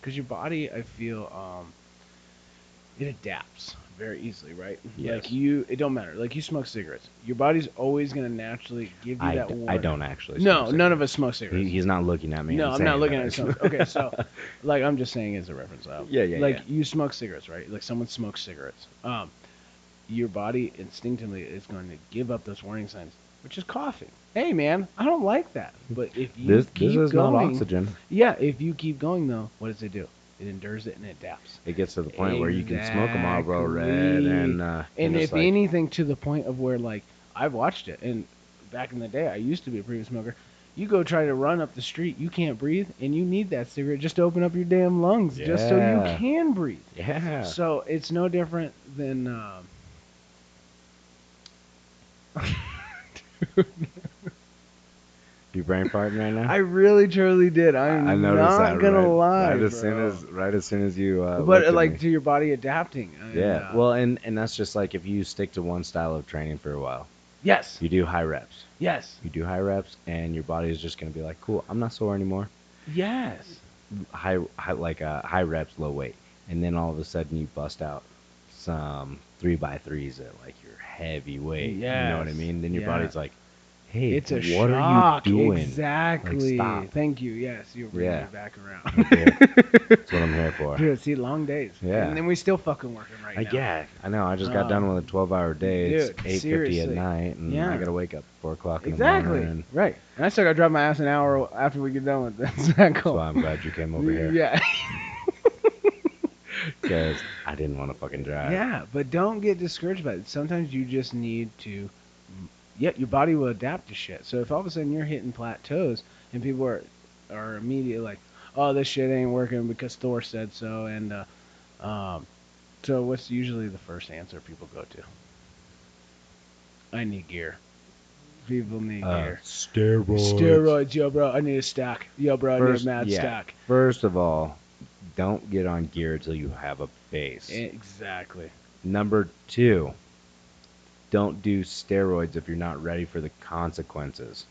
S2: Because your body, I feel, um, it adapts very easily, right?
S1: Yes.
S2: Like you, it don't matter. Like you smoke cigarettes, your body's always gonna naturally give you
S1: I,
S2: that
S1: d-
S2: warning.
S1: I don't actually. smoke
S2: No, none
S1: cigarettes.
S2: of us smoke cigarettes.
S1: He, he's not looking at me.
S2: no, I'm
S1: saying
S2: not looking at
S1: that.
S2: it. so-
S1: [laughs]
S2: Okay, so, like, I'm just saying as a reference. Uh,
S1: Yeah, yeah,
S2: Like,
S1: yeah.
S2: you smoke cigarettes, right? Like, someone smokes cigarettes. Um, your body instinctively is going to give up those warning signs, which is coughing. Hey, man, I don't like that. But if you
S1: this
S2: keep
S1: this is
S2: going,
S1: not oxygen.
S2: yeah, if you keep going though, what does it do? It endures it and it adapts.
S1: It gets to the point where you can smoke a Marlboro Red
S2: Exactly.
S1: and uh,
S2: And
S1: you're
S2: if
S1: just like,
S2: anything, to the point of where like I've watched it, and back in the day, I used to be a previous smoker. You go try to run up the street, you can't breathe, and you need that cigarette just to open up your damn lungs, just so
S1: Yeah.
S2: you can breathe.
S1: Yeah.
S2: So it's no different than. Um...
S1: You brain farting right now?
S2: I really truly did.
S1: I-
S2: I'm
S1: I
S2: not gonna
S1: right,
S2: lie.
S1: Right as soon
S2: bro.
S1: as right as soon as you. Uh, looked
S2: but
S1: at
S2: like
S1: me.
S2: to your body adapting. and,
S1: yeah.
S2: uh,
S1: Well, and and that's just like if you stick to one style of training for a while,
S2: yes,
S1: you do high reps.
S2: yes,
S1: You do high reps, and your body is just gonna be like, cool, I'm not sore anymore.
S2: yes.
S1: High, high like uh, high reps, low weight, and then all of a sudden you bust out some three by threes at like your heavy weight. You know what I
S2: Yes.
S1: mean? Then your
S2: Yeah.
S1: body's like, hey,
S2: it's a
S1: what
S2: shock.
S1: are you doing?
S2: Exactly.
S1: stop.
S2: Thank you. Yes, you're bringing
S1: Yeah.
S2: it back
S1: Right
S2: around.
S1: there.
S2: [laughs]
S1: That's what I'm here for.
S2: Dude, see, long days.
S1: Yeah.
S2: And then we still fucking working right
S1: I,
S2: now.
S1: yeah, I know. I just got
S2: Um,
S1: done with a 12-hour day.
S2: dude,
S1: it's 8:50 at
S2: seriously.
S1: night, and I
S2: Yeah.
S1: gotta wake up at four o'clock in the
S2: Exactly.
S1: morning. and
S2: Right. And I still gotta drive my ass an hour after we get done with this. [laughs] That's
S1: That's why I'm glad you came
S2: [laughs]
S1: over here
S2: Yeah.
S1: because I didn't want to fucking drive.
S2: Yeah, but don't get discouraged by it. Sometimes you just need to. Yeah, your body will adapt to shit. So if all of a sudden you're hitting plateaus and people are are immediately like, "Oh, this shit ain't working because Thor said so," and uh, um, so what's usually the first answer people go to? I need gear. People need
S1: Uh,
S2: gear.
S1: steroids.
S2: Steroids, yo, bro. I need a stack. Yo, bro. I
S1: First-
S2: need a mad
S1: yeah.
S2: stack.
S1: First of all, don't get on gear until you have a base.
S2: Eh. Exactly.
S1: Number two, don't do steroids if you're not ready for the consequences.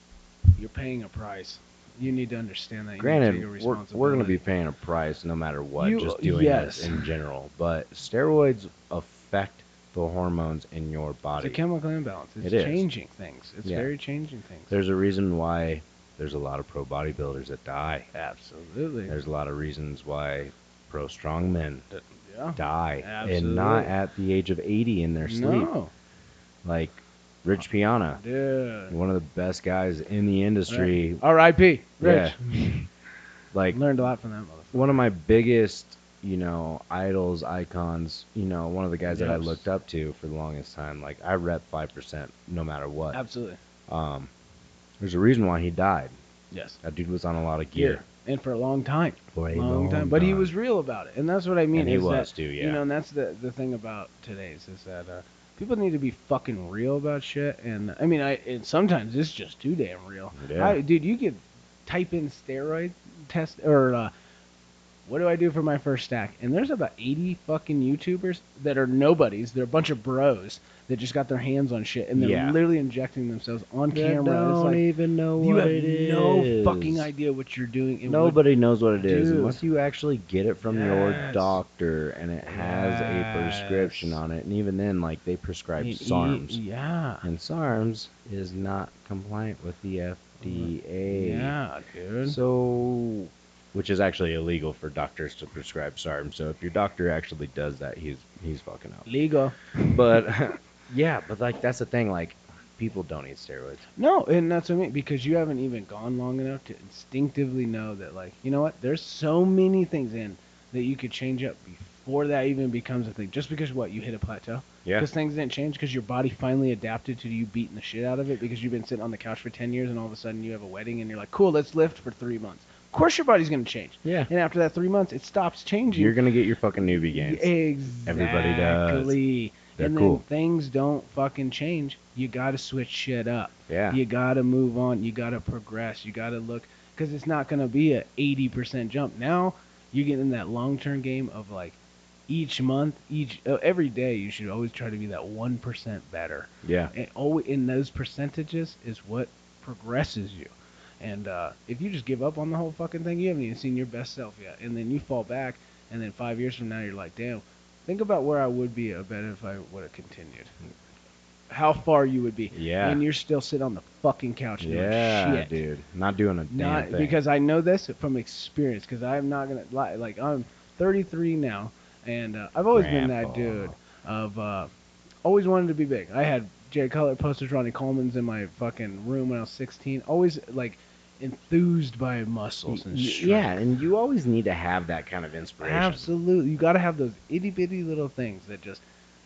S2: You're paying a price. You need to understand that. You need to
S1: Granted,
S2: take a
S1: we're, we're going to be
S2: responsibility.
S1: paying a price no matter what,
S2: You-
S1: just doing
S2: yes.
S1: this in general. But steroids affect the hormones in your body.
S2: It's a chemical imbalance. It's
S1: It is.
S2: changing things. It's
S1: Yeah.
S2: very changing things.
S1: There's a reason why there's a lot of pro bodybuilders that die.
S2: Absolutely.
S1: There's a lot of reasons why pro strongmen
S2: yeah.
S1: die and not
S2: Oh, Absolutely.
S1: at the age of 80 in their sleep.
S2: No,
S1: Like Rich Piana,
S2: dude.
S1: one of the best guys in the industry.
S2: R.I.P. Rich.
S1: [laughs] Like
S2: Learned a lot from that motherfucker.
S1: one of my biggest, you know, idols, icons, you know, one of the guys that I
S2: Yes.
S1: looked up to for the longest time. Like I rep 5% no matter what.
S2: Absolutely.
S1: Um there's a reason why he died.
S2: Yes.
S1: That dude was on a lot of gear.
S2: Yeah. And for a long time.
S1: For a
S2: Long, time. But he
S1: time.
S2: was real about it. And that's what I mean.
S1: And he
S2: is
S1: was
S2: that,
S1: too, yeah.
S2: You know, and that's the, the thing about today's is that uh, people need to be fucking real about shit. And I mean, I and sometimes it's just too damn real.
S1: Yeah.
S2: I- dude, you could type in steroid test or uh, what do I do for my first stack? And there's about 80 fucking YouTubers that are nobodies. They're a bunch of bros that just got their hands on shit and they're
S1: Yeah.
S2: literally injecting themselves on
S1: They
S2: camera. And
S1: don't
S2: it's
S1: even know
S2: like,
S1: what
S2: you have
S1: it is.
S2: no fucking idea what you're doing. and what-
S1: Nobody knows what it is
S2: Dude.
S1: unless you actually get it from your
S2: Yes.
S1: doctor and it has a prescription
S2: Yes.
S1: on it. And even then, like they prescribe
S2: Y- y-
S1: SARMs,
S2: Yeah.
S1: and SARMs is not compliant with the FDA.
S2: Yeah, dude.
S1: So, which is actually illegal for doctors to prescribe SARMs. So if your doctor actually does that, he's he's fucking up.
S2: legal.
S1: But [laughs] yeah, but like that's the thing. Like people don't eat steroids.
S2: No, and that's what I mean because you haven't even gone long enough to instinctively know that, like, you know what? There's so many things in that you could change up before that even becomes a thing. Just because what you hit a plateau,
S1: Yeah.
S2: because things didn't change, because your body finally adapted to you beating the shit out of it, because you've been sitting on the couch for ten years, and all of a sudden you have a wedding, and you're like, cool, let's lift for three months. Of course, your body's gonna change,
S1: Yeah.
S2: and after that three months, it stops changing.
S1: You're gonna get your fucking newbie gains.
S2: Exactly.
S1: Everybody does. They're
S2: and
S1: cool.
S2: then things don't fucking change. You gotta switch shit up.
S1: Yeah.
S2: You gotta move on. You gotta progress. You gotta look because it's not gonna be a 80% jump. Now you get in that long-term game of like each month, each uh, every day. You should always try to be that 1% better.
S1: Yeah.
S2: And always in those percentages is what progresses you. And uh, if you just give up on the whole fucking thing, you haven't even seen your best self yet. And then you fall back, and then five years from now, you're like, damn, think about where I would be a better if I would have continued. How far you would be.
S1: Yeah.
S2: And you're still sitting on the fucking couch. doing
S1: Yeah,
S2: shit.
S1: dude. Not doing a damn
S2: Not
S1: thing.
S2: because I know this from experience. Because I'm not gonna lie. Like I'm 33 now, and uh, I've always been
S1: Grandpa.
S2: that dude of uh, always wanted to be big. I had Jerry Cutler posters, Ronnie Coleman's in my fucking room when I was 16. Always like enthused by
S1: Y-
S2: muscles and
S1: y-
S2: strength.
S1: yeah, and you always need to have that kind of inspiration.
S2: Absolutely. You got to have those itty bitty little things that just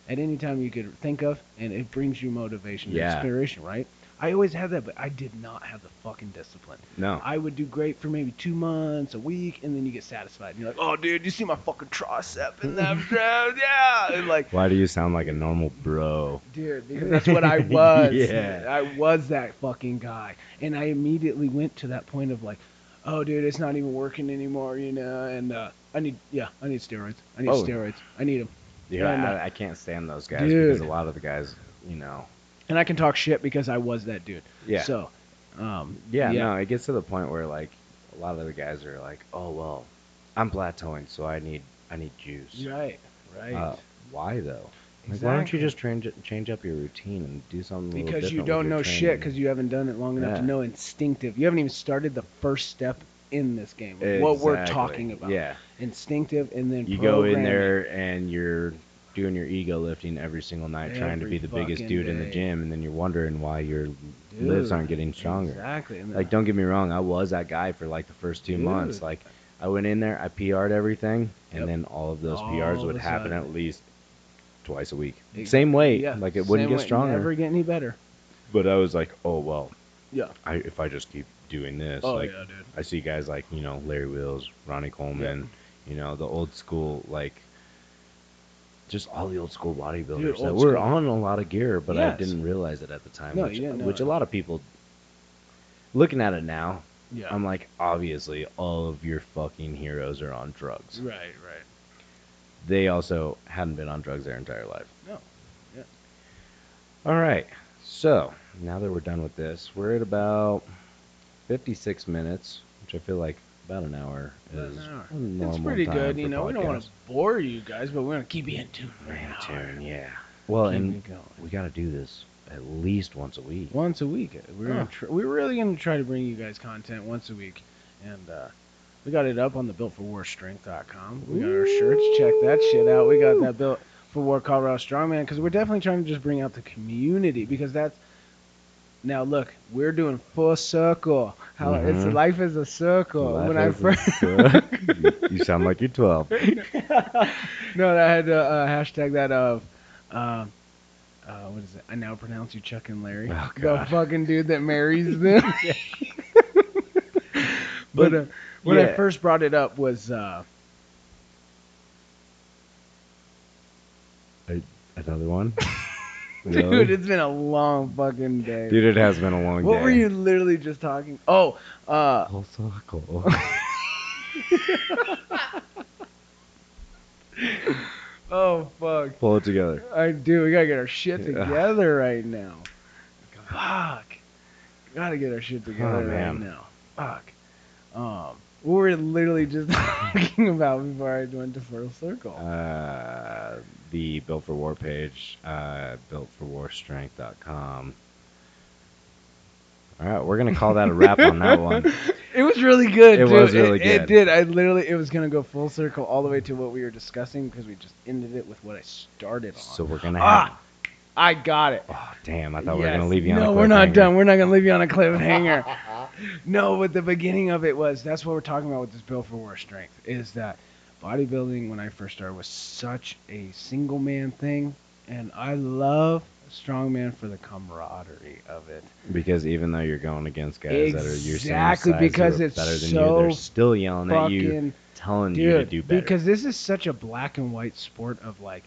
S2: at any time you could think of, and it brings you motivation, and
S1: Yeah.
S2: inspiration, right? I always had that, but I did not have the fucking discipline.
S1: No.
S2: I would do great for maybe two months, a week, and then you get satisfied. And you're like, oh, dude, you see my fucking tricep
S1: [laughs]
S2: in that bro? Yeah. And like,
S1: Why do you sound like a normal bro?
S2: dude, because
S1: [laughs]
S2: that's what I was.
S1: Yeah.
S2: I was that fucking guy. And I immediately went to that point of like, oh, dude, it's not even working anymore, you know? And uh, I need, yeah, I need steroids. I need
S1: Oh.
S2: steroids. I need them.
S1: Yeah,
S2: No, no.
S1: I, I can't stand those guys
S2: Dude.
S1: because a lot of the guys, you know.
S2: And I can talk shit because I was that dude.
S1: Yeah.
S2: So, um,
S1: yeah,
S2: yeah.
S1: no, it gets to the point where like a lot of the guys are like, "Oh well, I'm plateauing, so I need I need juice."
S2: Right, right.
S1: Uh, why though? Like, why don't you
S2: Exactly.
S1: just change it- change up your routine and do something? a little
S2: because
S1: different
S2: you
S1: with
S2: don't
S1: your
S2: know shit
S1: training?
S2: because you haven't done it long enough
S1: Yeah.
S2: to know instinctive. You haven't even started the first step in this game. like What we're
S1: Exactly.
S2: talking about.
S1: Yeah,
S2: Instinctive and then
S1: you go in
S2: programming.
S1: there and you're doing your ego lifting every single night, trying to
S2: Every
S1: be the biggest
S2: fucking
S1: dude in the
S2: day.
S1: gym, and then you're wondering why your lives
S2: Dude,
S1: aren't getting stronger.
S2: Exactly. And
S1: Like,
S2: then-
S1: don't get me wrong, I was that guy for like the first two months.
S2: Dude.
S1: Like, I went in there, I PR'd everything, and
S2: Yep.
S1: then all of those PRs
S2: All
S1: would
S2: of a
S1: happen
S2: sudden.
S1: at least twice a week.
S2: Ex-
S1: Same weight,
S2: yeah,
S1: like it wouldn't
S2: same
S1: get
S2: way,
S1: stronger.
S2: Never get any better.
S1: But I was like, oh well,
S2: Yeah.
S1: I, if I just keep doing this,
S2: oh
S1: like
S2: yeah, dude.
S1: I see guys like you know Larry Wills, Ronnie Coleman, you know the old school like. Just all the old school bodybuilders
S2: Dude,
S1: that
S2: old
S1: were
S2: school.
S1: on a lot of gear, but I
S2: Yes.
S1: didn't realize it at the time.
S2: No,
S1: which,
S2: you didn't know
S1: which a
S2: it.
S1: lot of people, looking at it now,
S2: Yeah.
S1: I'm like, obviously, all of your fucking heroes are on drugs.
S2: right, right.
S1: They also hadn't been on drugs their entire life.
S2: No. Yeah.
S1: All right. So now that we're done with this, we're at about 56 minutes, which I feel like about an hour
S2: About
S1: is
S2: an hour.
S1: a normal
S2: It's pretty
S1: time
S2: good.
S1: for
S2: You know, we don't want to
S1: podcasts.
S2: bore you guys, but we want to keep you in tune for an
S1: Man,
S2: hour.
S1: Taryn, yeah. Well,
S2: Keep
S1: and
S2: it going.
S1: we got to do this at least once a week.
S2: once a week. We're
S1: Oh.
S2: gonna tr- we're really gonna try to bring you guys content once a week, and uh, we got it up on the builtforwarstrength.com. We got our shirts. Check that shit out. We got that built for War Colorado Strongman because we're definitely trying to just bring out the community because that's. Now look, we're doing full circle. How
S1: Mhm.
S2: it's life is a circle.
S1: Life
S2: when I
S1: is a
S2: first
S1: suck. [laughs]
S2: [laughs]
S1: you, you sound like you're 12.
S2: no, I had to uh, hashtag that of, uh, uh, what is it? I now pronounce you Chuck and Larry.
S1: Oh,
S2: the
S1: God.
S2: fucking dude
S1: [laughs]
S2: that marries them. [laughs] but uh, when
S1: yeah.
S2: I first brought it up was uh, [laughs]
S1: Another
S2: [laughs]
S1: one?
S2: dude, it's been a long fucking day.
S1: Dude, it has been a long
S2: what
S1: day.
S2: were you literally just talking? Oh, uh,
S1: Whole circle.
S2: [laughs] [laughs] oh fuck.
S1: Pull it together.
S2: I do. We gotta get our shit
S1: Yeah.
S2: together right now. Fuck. Gotta get our shit together right
S1: Oh, man.
S2: now. Fuck. Um, we were literally just [laughs] talking about before I went to Full Circle.
S1: Uh, the Built for War page, uh, builtforwarstrength.com. All right, we're gonna call that a wrap on that
S2: [laughs]
S1: one.
S2: it was really good.
S1: It
S2: dude.
S1: was really
S2: It
S1: good.
S2: did. I literally, it was gonna go full circle all the way to what we were discussing because we just ended it with what I started on.
S1: So we're gonna have.
S2: ah, I got it.
S1: Oh damn! I thought we were
S2: Yes.
S1: gonna leave you on.
S2: No,
S1: a
S2: we're not
S1: cliffhanger.
S2: done. We're not gonna leave you on a cliffhanger.
S1: [laughs]
S2: no, but the beginning of it was that's what we're talking about with this Bill for War Strength is that bodybuilding when I first started was such a single man thing, and I love strongman for the camaraderie of it.
S1: Because even though you're going against guys that are your same
S2: Exactly,
S1: size,
S2: because
S1: who are
S2: it's
S1: better than you,
S2: so
S1: they're still yelling at you,
S2: Fucking
S1: telling you to
S2: dude,
S1: do better.
S2: because this is such a black and white sport of like.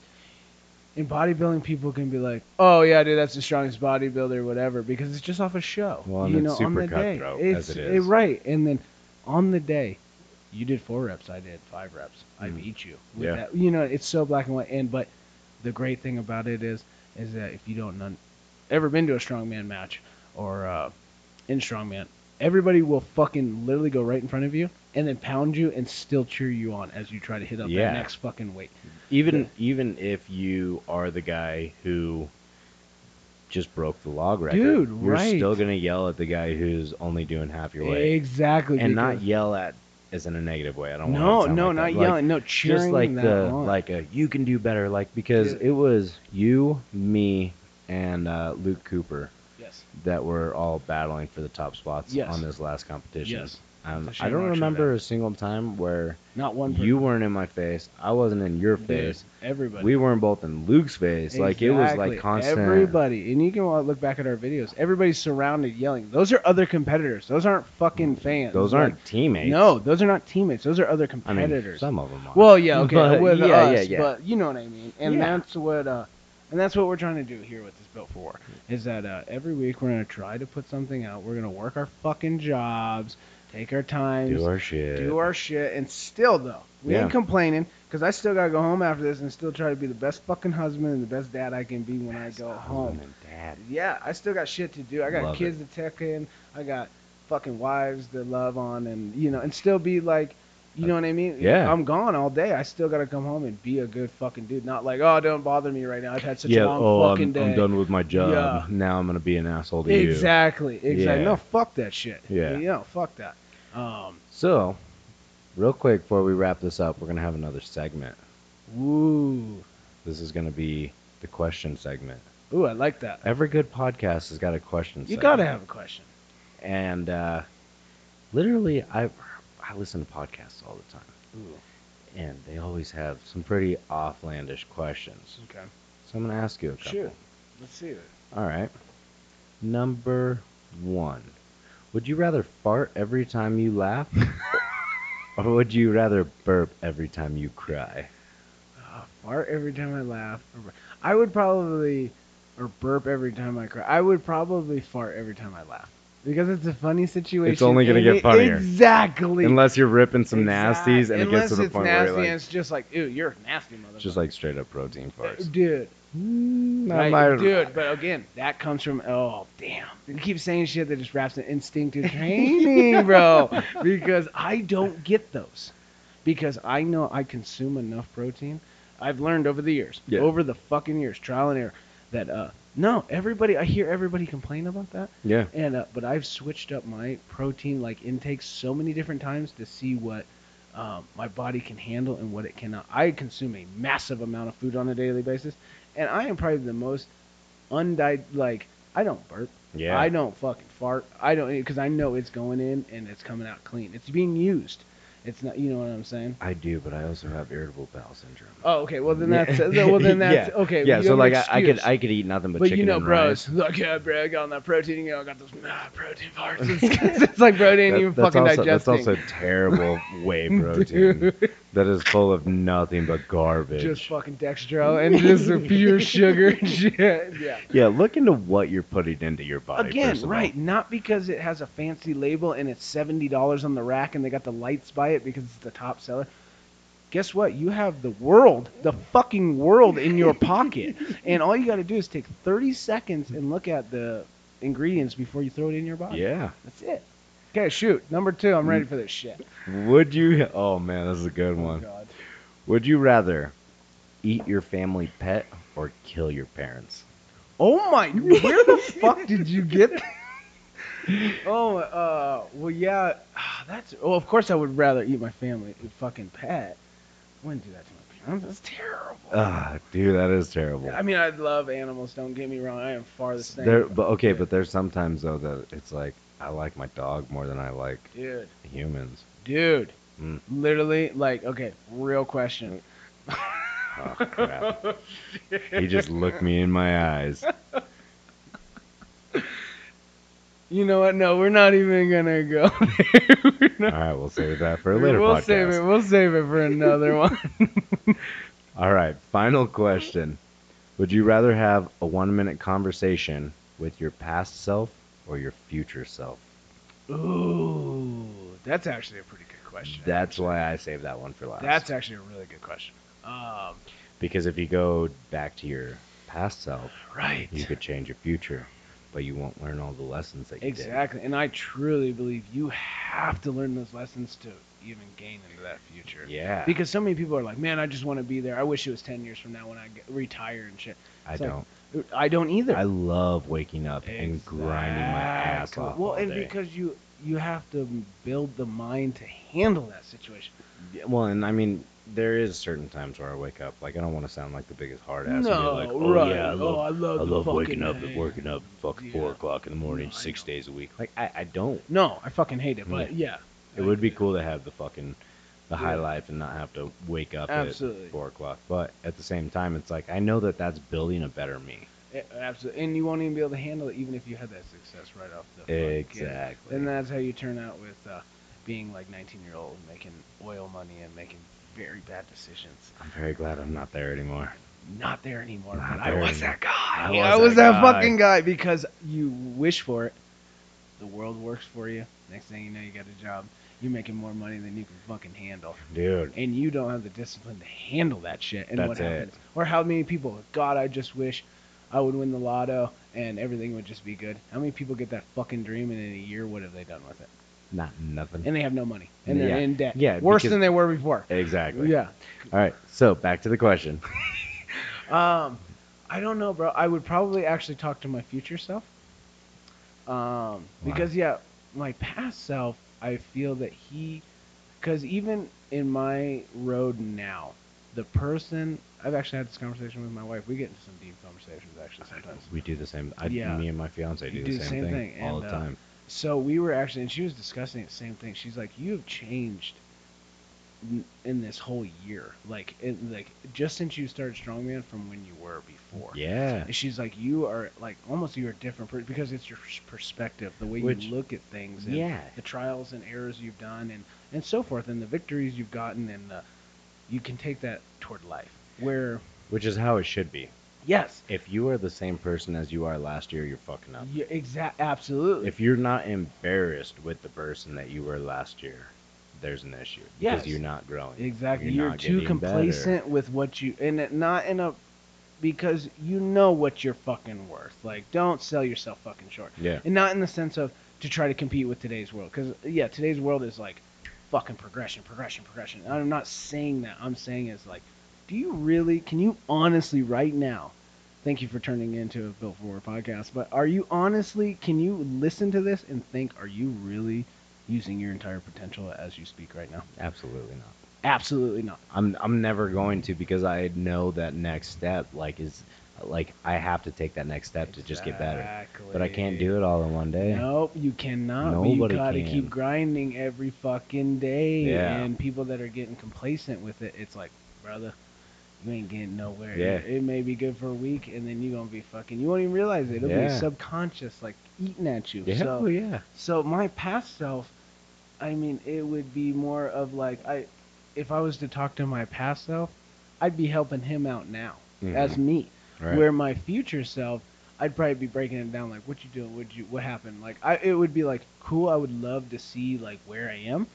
S2: In bodybuilding, people can be like, "Oh yeah, dude, that's the strongest bodybuilder, whatever," because it's just off a show.
S1: Well, and
S2: you
S1: it's
S2: know, on
S1: super
S2: the day,
S1: cutthroat,
S2: it's
S1: as it is.
S2: right. And then on the day, you did four reps, I did five reps. I
S1: Mm.
S2: beat you. with
S1: Yeah.
S2: that. You know, it's so black and white. And but the great thing about it is, is that if you don't none, ever been to a strongman match or uh, in strongman, everybody will fucking literally go right in front of you and then pound you and still cheer you on as you try to hit up
S1: Yeah.
S2: that next fucking weight.
S1: even
S2: Yeah.
S1: even if you are the guy who just broke the log record,
S2: Dude,
S1: you're
S2: right.
S1: still gonna yell at the guy who's only doing half your weight,
S2: Exactly.
S1: and not
S2: because-
S1: yell at as in a negative way. I don't
S2: No,
S1: want to.
S2: no,
S1: like
S2: not
S1: that. Like,
S2: yelling. no, cheering
S1: just like
S2: that
S1: the
S2: on.
S1: like a you can do better. Like because
S2: Dude.
S1: it was you, me, and uh, Luke Cooper
S2: yes,
S1: that were all battling for the top spots
S2: Yes.
S1: on this last competition.
S2: yes,
S1: Um,
S2: It's a
S1: I
S2: shame
S1: don't
S2: I should've
S1: remember a
S2: asked.
S1: single time where
S2: Not one.
S1: you weren't in my face, I wasn't in your
S2: Dude,
S1: face,
S2: Everybody.
S1: we weren't both in Luke's face. Like it was like
S2: Exactly.
S1: constant.
S2: Everybody, and you can look back at our videos. Everybody's surrounded yelling. Those are other competitors. Those aren't fucking fans.
S1: Those aren't
S2: Like,
S1: teammates.
S2: no, those are not teammates. Those are other
S1: I mean,
S2: competitors.
S1: some of them are.
S2: well, yeah, okay,
S1: But-
S2: with
S1: yeah,
S2: us,
S1: yeah, yeah.
S2: but you know what I mean. And
S1: Yeah.
S2: that's what, uh, and that's what we're trying to do here with this built for war. Is that uh, every week we're gonna try to put something out. We're gonna work our fucking jobs, take our times,
S1: do our shit.
S2: do our shit, and still though we
S1: Yeah.
S2: ain't complaining because I still gotta go home after this and still try to be the best fucking husband and the best dad I can be when I
S1: Best
S2: go
S1: husband
S2: home.
S1: and dad.
S2: Yeah, I still got shit to do. I got
S1: Love
S2: kids to tech in. I got fucking wives to love on, and you know, and still be like. You know what I mean?
S1: Yeah.
S2: I'm gone all day. I still gotta come home and be a good fucking dude. Not like, oh, don't bother me right now. I've had such
S1: yeah.
S2: a long
S1: oh,
S2: fucking
S1: I'm,
S2: day.
S1: I'm done with my job.
S2: Yeah.
S1: Now [laughs] I'm gonna be an asshole to you.
S2: Exactly. Exactly.
S1: Yeah.
S2: No, fuck that shit.
S1: Yeah.
S2: You know, fuck that. Um.
S1: So, real quick before we wrap this up, we're gonna have another segment.
S2: Ooh.
S1: This is gonna be the question segment.
S2: Ooh, I like that.
S1: Every good podcast has got a question.
S2: You
S1: segment.
S2: gotta have a question.
S1: And uh, literally, I I listen to podcasts all the time,
S2: Ooh.
S1: and they always have some pretty offlandish questions.
S2: Okay.
S1: So I'm gonna ask you a couple.
S2: Shoot. Let's see it.
S1: All right. Number one. Would you rather fart every time you
S2: [laughs]
S1: laugh? or would you rather burp every time you cry?
S2: Uh, fart every time I laugh. or bur- I would probably, or burp every time I cry. I would probably fart every time I laugh because it's a funny situation.
S1: only gonna
S2: and
S1: get
S2: it-
S1: funnier.
S2: Exactly.
S1: Unless you're ripping some
S2: Exact-
S1: nasties and it gets to the
S2: it's
S1: point
S2: nasty
S1: where
S2: and
S1: you're like,
S2: it's just like, ew, you're a nasty motherfucker. Uh,
S1: just like straight up protein farts.
S2: Dude,
S1: Mm, I
S2: right,
S1: might-
S2: dude, but again, that comes from oh damn. You keep saying shit that just wraps in instinctive training, bro. Because I don't get those. Because I know I consume enough protein. I've learned over the years,
S1: Yeah.
S2: over the fucking years, trial and error, that uh no, everybody I hear everybody complain about that.
S1: Yeah.
S2: And uh, but I've switched up my protein like intake so many different times to see what um, my body can handle and what it cannot. I consume a massive amount of food on a daily basis, and I am probably the most undied like I don't burp.
S1: Yeah.
S2: I don't fucking fart. I don't because I know it's going in and it's coming out clean. It's being used. It's not. You know what I'm saying?
S1: I do, but I also have irritable bowel syndrome.
S2: Oh, okay. Well then
S1: Yeah.
S2: that's well then
S1: [laughs]
S2: that's
S1: yeah.
S2: okay.
S1: Yeah,
S2: you
S1: so
S2: have an
S1: like I, I could
S2: excuse.
S1: I could eat nothing but,
S2: But
S1: chicken
S2: you know,
S1: and
S2: bro,
S1: rice.
S2: it's like, yeah, bro, I got all that protein, you know, I got those ah, protein parts. It's,
S1: [laughs]
S2: [laughs] it's like, bro, it ain't
S1: That-
S2: even
S1: that's
S2: fucking
S1: also,
S2: digesting.
S1: That's also
S2: [laughs]
S1: terrible whey protein
S2: Dude,
S1: that is full of nothing but garbage.
S2: just fucking dextro and just the pure sugar and shit. [laughs] Yeah.
S1: Yeah, look into what you're putting into your body.
S2: Again,
S1: first of all.
S2: right? Not because it has a fancy label and it's seventy dollars on the rack and they got the lights by it because it's the top seller. Guess what? You have the world, the fucking world, in
S1: [laughs]
S2: your pocket, and all you got to do is take thirty seconds and look at the ingredients before you throw it in your body.
S1: Yeah.
S2: That's it. Okay, shoot. Number two. I'm ready for this shit.
S1: Would you? Oh man, this is a good
S2: Oh,
S1: one.
S2: God.
S1: Would you rather eat your family pet or kill your parents?
S2: Oh my! [laughs] Where the fuck did you get? That?
S1: [laughs]
S2: Oh, uh, well, yeah. [sighs] ah, That's. Oh, of course, I would rather eat my family than fucking pet. I wouldn't do that to my parents. That's terrible.
S1: Ah, dude, that is terrible.
S2: I mean, I love animals. Don't get me wrong. I am far the same.
S1: There, but okay, but there's sometimes though that it's like I like my dog more than I like
S2: dude,
S1: humans.
S2: dude,
S1: Mm.
S2: literally, like, okay, real question.
S1: Oh crap! he
S2: [laughs]
S1: just looked me in my eyes.
S2: You know what? No, we're not even gonna go. [laughs] there. We're
S1: All
S2: not-
S1: right, we'll save that for a later
S2: we'll
S1: podcast.
S2: save it. We'll save it for [laughs] another one.
S1: All right, final question. Would you rather have a one minute conversation with your past self or your future self?
S2: Ooh, that's actually a pretty good question.
S1: That's why I saved that one for last.
S2: That's actually a really good question. Um,
S1: because if you go back to your past self,
S2: right.
S1: you could change your future, but you won't learn all the lessons that you
S2: Exactly. And I truly believe you have to learn those lessons to even gain into that future.
S1: did. Yeah.
S2: Because so many people are like, man, I just want to be there. I wish it was 10 years from now when I get, retire and shit.
S1: I
S2: it's like
S1: don't.
S2: I don't either.
S1: I love waking up and grinding my ass
S2: Exactly.
S1: off.
S2: Well,
S1: all
S2: and
S1: day.
S2: because you you have to build the mind to handle that situation.
S1: Yeah, well, and I mean, there is certain times where I wake up. Like I don't want to sound like the biggest hard ass. and be
S2: no,
S1: like, oh
S2: right.
S1: yeah, I love
S2: oh, I love,
S1: I
S2: the
S1: love waking
S2: fucking
S1: up and
S2: thing."
S1: working up fucking
S2: Yeah.
S1: four o'clock in the morning,
S2: No, I
S1: six
S2: know.
S1: days a week. Like I, I don't. Mm.
S2: No, I fucking hate it. But yeah,
S1: It would be cool to have the fucking the high
S2: Yeah.
S1: life and not have to wake up
S2: Absolutely.
S1: at four o'clock. But at the same time, it's like I know that that's building a better me.
S2: Absolutely, and you won't even be able to handle it, even if you had that success right off the. fucking get.
S1: Exactly.
S2: And that's how you turn out with uh, being like 19 year old, making oil money and making very bad decisions.
S1: I'm very glad I'm not there anymore.
S2: Not there anymore.
S1: Not
S2: but
S1: there
S2: I was
S1: anymore.
S2: that guy.
S1: I
S2: I
S1: was
S2: was,
S1: that
S2: that,
S1: guy.
S2: fucking guy because you wish for it. The world works for you. Next thing you know, you got a job. You're making more money than you can fucking handle.
S1: Dude,
S2: and you don't have the discipline to handle that shit and what
S1: That's it.
S2: happens or how many people god i just wish i would win the lotto and everything would just be good how many people get that fucking dream and in a year what have they done with it
S1: not nothing.
S2: and they have no money and they're
S1: Yeah.
S2: in debt
S1: Yeah,
S2: worse
S1: because-
S2: than they were before
S1: Exactly.
S2: yeah
S1: All right. So back to the question.
S2: um i don't know bro i would probably actually talk to my future self um because yeah my past self i feel that he because even in my road now, the person I've actually had this conversation with my wife. We get into some deep conversations actually sometimes.
S1: We do the same. I,
S2: Yeah.
S1: Me and my fiance do,
S2: You
S1: the same, thing, all
S2: and,
S1: the
S2: uh,
S1: time.
S2: So we were actually, and she was discussing the same thing. She's like, "You have changed n- in this whole year, like, in, like just since you started strongman from when you were before."
S1: Yeah.
S2: And she's like, "You are like almost you're a different person because it's your s- perspective, the way
S1: Which-
S2: you look at things, and
S1: Yeah.
S2: the trials and errors you've done, and and so forth, and the victories you've gotten, and the, you can take that toward life. Where
S1: Which is how it should be.
S2: yes,
S1: If you are the same person as you are last year, you're fucking up.
S2: yeah, exact, absolutely,
S1: If you're not embarrassed with the person that you were last year, there's an issue because
S2: Yes.
S1: you're not growing.
S2: Exactly.
S1: You're
S2: You're,
S1: not
S2: too
S1: getting
S2: complacent with what you and it- not in a because you know what you're fucking worth. Like don't sell yourself fucking short.
S1: Yeah.
S2: And not in the sense of to try to compete with today's world cuz yeah, today's world is like fucking progression, progression, progression. And I'm not saying that. I'm saying is like do you really can you honestly right now Thank you for turning into a Built Forward podcast. But are you honestly, can you listen to this and think, are you really using your entire potential as you speak right now?
S1: Absolutely not.
S2: Absolutely not.
S1: I'm I'm never going to because I know that next step like is like I have to take that next step to just get better. But I can't do it all in one day.
S2: Nope, you cannot. but
S1: Nobody
S2: you gotta
S1: can.
S2: keep grinding every fucking day.
S1: Yeah.
S2: And people that are getting complacent with it, it's like, brother, you ain't getting nowhere.
S1: Yeah.
S2: It, it may be good for a week, and then you gonna be fucking. You won't even realize it. It'll
S1: Yeah.
S2: be subconscious, like eating at you.
S1: Yeah,
S2: So,
S1: oh, yeah.
S2: so my past self, I mean, it would be more of like I, if I was to talk to my past self, I'd be helping him out now
S1: Mhm.
S2: as me.
S1: Right.
S2: Where my future self, I'd probably be breaking it down like, what you doing? What you? What happened? Like, I it would be like cool. I would love to see like where I am,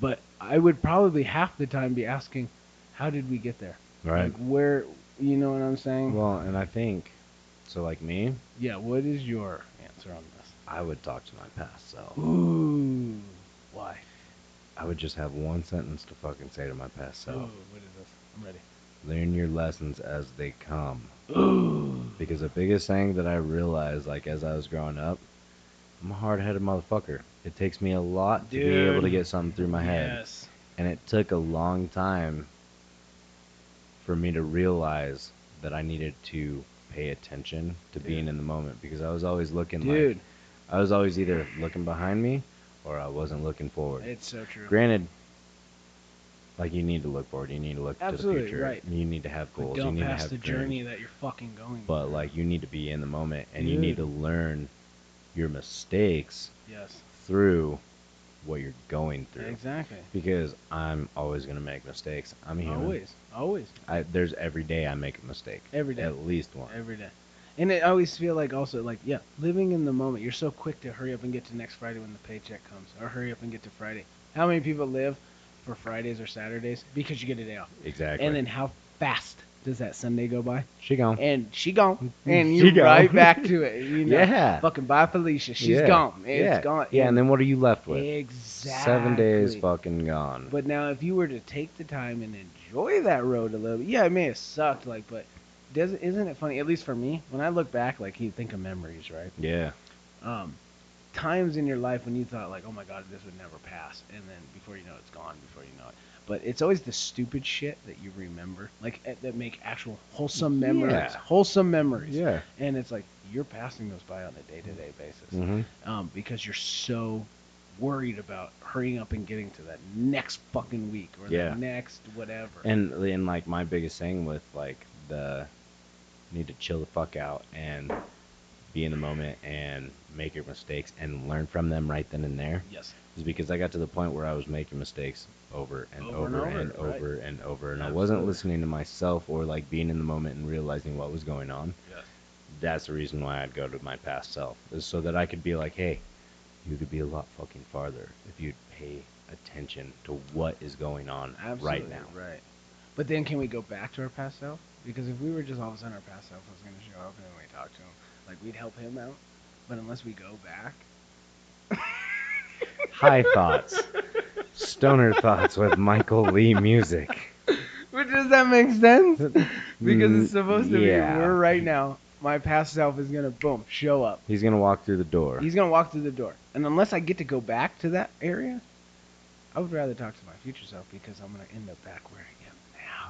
S2: but I would probably half the time be asking, how did we get there?
S1: right.
S2: Like where? You know what I'm saying?
S1: Well, and I think so like me,
S2: yeah. What is your answer on this?
S1: I would talk to my past self.
S2: Ooh. Why?
S1: I would just have one sentence to fucking say to my past self.
S2: Ooh, what is this? I'm ready.
S1: Learn your lessons as they come.
S2: Ooh.
S1: Because the biggest thing that I realized, like as I was growing up, I'm a hard-headed motherfucker. It takes me a lot to be able to
S2: Dude.
S1: get something through my head,
S2: Yes.
S1: and it took a long time for me to realize that I needed to pay attention to being
S2: Dude.
S1: in the moment because I was always looking
S2: Dude,
S1: like I was always either looking behind me or I wasn't looking forward.
S2: it's so true.
S1: Granted, like you need to look forward, you need to look
S2: Absolutely,
S1: to the future,
S2: right.
S1: you need to have
S2: But
S1: goals, you
S2: don't
S1: need to
S2: pass
S1: have
S2: the
S1: dreams
S2: journey that you're fucking going.
S1: but like you need to be in the moment and you
S2: Dude.
S1: need to learn your mistakes
S2: yes,
S1: through what you're going through
S2: exactly.
S1: because i'm always going to make mistakes i'm a human
S2: Always, always,
S1: I, there's every day i make a mistake
S2: Every day.
S1: at least one
S2: every day. And I always feel like also like yeah, living in the moment. You're so quick to hurry up and get to next Friday when the paycheck comes, or hurry up and get to Friday. How many people live for Fridays or Saturdays because you get a day off?
S1: exactly
S2: And then how fast does that Sunday go by?
S1: she gone Mm-hmm.
S2: And she gone, and
S1: She
S2: you're
S1: gone. [laughs]
S2: right back to it. You know?
S1: yeah
S2: Fucking bye, Felicia. She's
S1: yeah.
S2: gone. It's
S1: yeah.
S2: gone.
S1: yeah and then what are you left with
S2: Exactly.
S1: seven days fucking gone
S2: But now, if you were to take the time and enjoy that road a little bit, yeah, it may have sucked, like, but doesn't isn't it funny? At least for me, when I look back, like, you think of memories, right?
S1: yeah
S2: Um, times in your life when you thought, like, oh my god, this would never pass, and then before you know it, it's gone. Before you know it, but it's always the stupid shit that you remember, like eh, that make actual wholesome memories,
S1: Yeah.
S2: wholesome memories.
S1: yeah
S2: And it's like you're passing those by on a day-to-day basis
S1: hmm
S2: um, because you're so worried about hurrying up and getting to that next fucking week or
S1: Yeah.
S2: the next whatever.
S1: And and like my biggest thing with like the need to chill the fuck out and be in the moment and make your mistakes and learn from them right then and there
S2: yes,
S1: is because I got to the point where I was making mistakes over and
S2: Over and
S1: over, and over and
S2: over, right.
S1: over, and, I wasn't
S2: Absolutely.
S1: listening to myself or like being in the moment and realizing what was going on.
S2: yes,
S1: That's the reason why I'd go to my past self is so that I could be like, hey, you could be a lot fucking farther if you'd pay attention to what is going on
S2: absolutely
S1: right now.
S2: right. But then can we go back to our past self? Because if we were just all of a sudden our past self was going to show up and we talked to him, like we'd help him out. But unless we go back,
S1: High
S2: [laughs]
S1: Thoughts. Stoner Thoughts with Michael Lee Music.
S2: Which does that make
S1: [laughs]
S2: sense? [laughs] because
S1: Mm,
S2: it's supposed to
S1: yeah.
S2: be we're right now. My past self is gonna boom show up.
S1: He's going to walk through the door.
S2: He's gonna walk through the door, and unless I get to go back to that area, I would rather talk to my future self because I'm gonna end up back where I am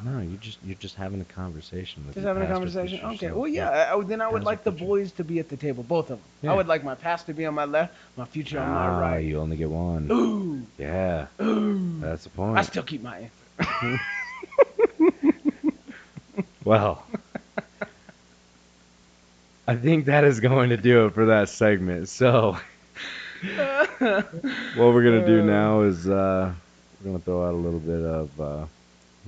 S2: now.
S1: no, you just you're just having a conversation with
S2: Just
S1: your
S2: having a
S1: past or
S2: conversation.
S1: future
S2: Okay.
S1: self.
S2: Well, yeah. I, I- then I would
S1: Past or
S2: like the
S1: future.
S2: boys to be at the table, both of them.
S1: Yeah.
S2: I would like my past to be on my left, my future on my
S1: Ah,
S2: right.
S1: you only get one.
S2: Ooh,
S1: Yeah,
S2: ooh.
S1: that's the point.
S2: I still keep my answer. [laughs]
S1: Well, I think that is going to do it for that segment. So, what we're gonna do
S2: [laughs] Uh.
S1: now is uh, we're gonna throw out a little bit of uh, a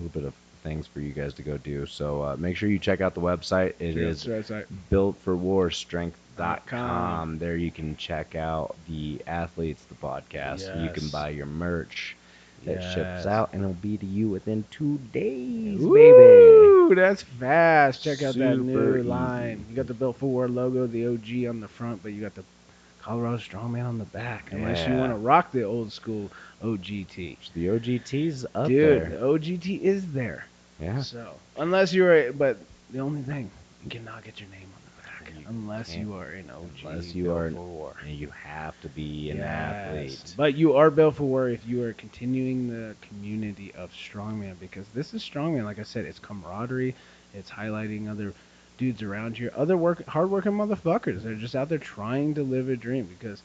S1: little bit of things for you guys to go do. So uh, make sure you check out the website. [laughs] It is
S2: That's right.
S1: builtforwarstrength.com. There you can check out the athletes, the podcast. You can
S2: Yes.
S1: buy your merch that
S2: Yes.
S1: ships out, and it'll be to you within two days, baby.
S2: Ooh, that's fast. Check out that
S1: Super
S2: new line.
S1: easy.
S2: You got the Built for War logo, the OG on the front, but you got the Colorado Strongman on the back. Unless you
S1: Yeah.
S2: want to rock the old school OGT.
S1: The OGT's up
S2: Dude,
S1: there.
S2: the OGT is there.
S1: Yeah.
S2: So, unless you're a, but the only thing, you cannot get your name on the back
S1: You
S2: unless
S1: can't.
S2: you are an OG.
S1: Unless you
S2: Built
S1: are an-
S2: for War.
S1: And you have to be an
S2: Yes.
S1: athlete.
S2: But you are built for war if you are continuing the community of strongman because this is strongman. Like I said, it's camaraderie. It's highlighting other dudes around here, other work, hardworking motherfuckers. They're just out there trying to live a dream because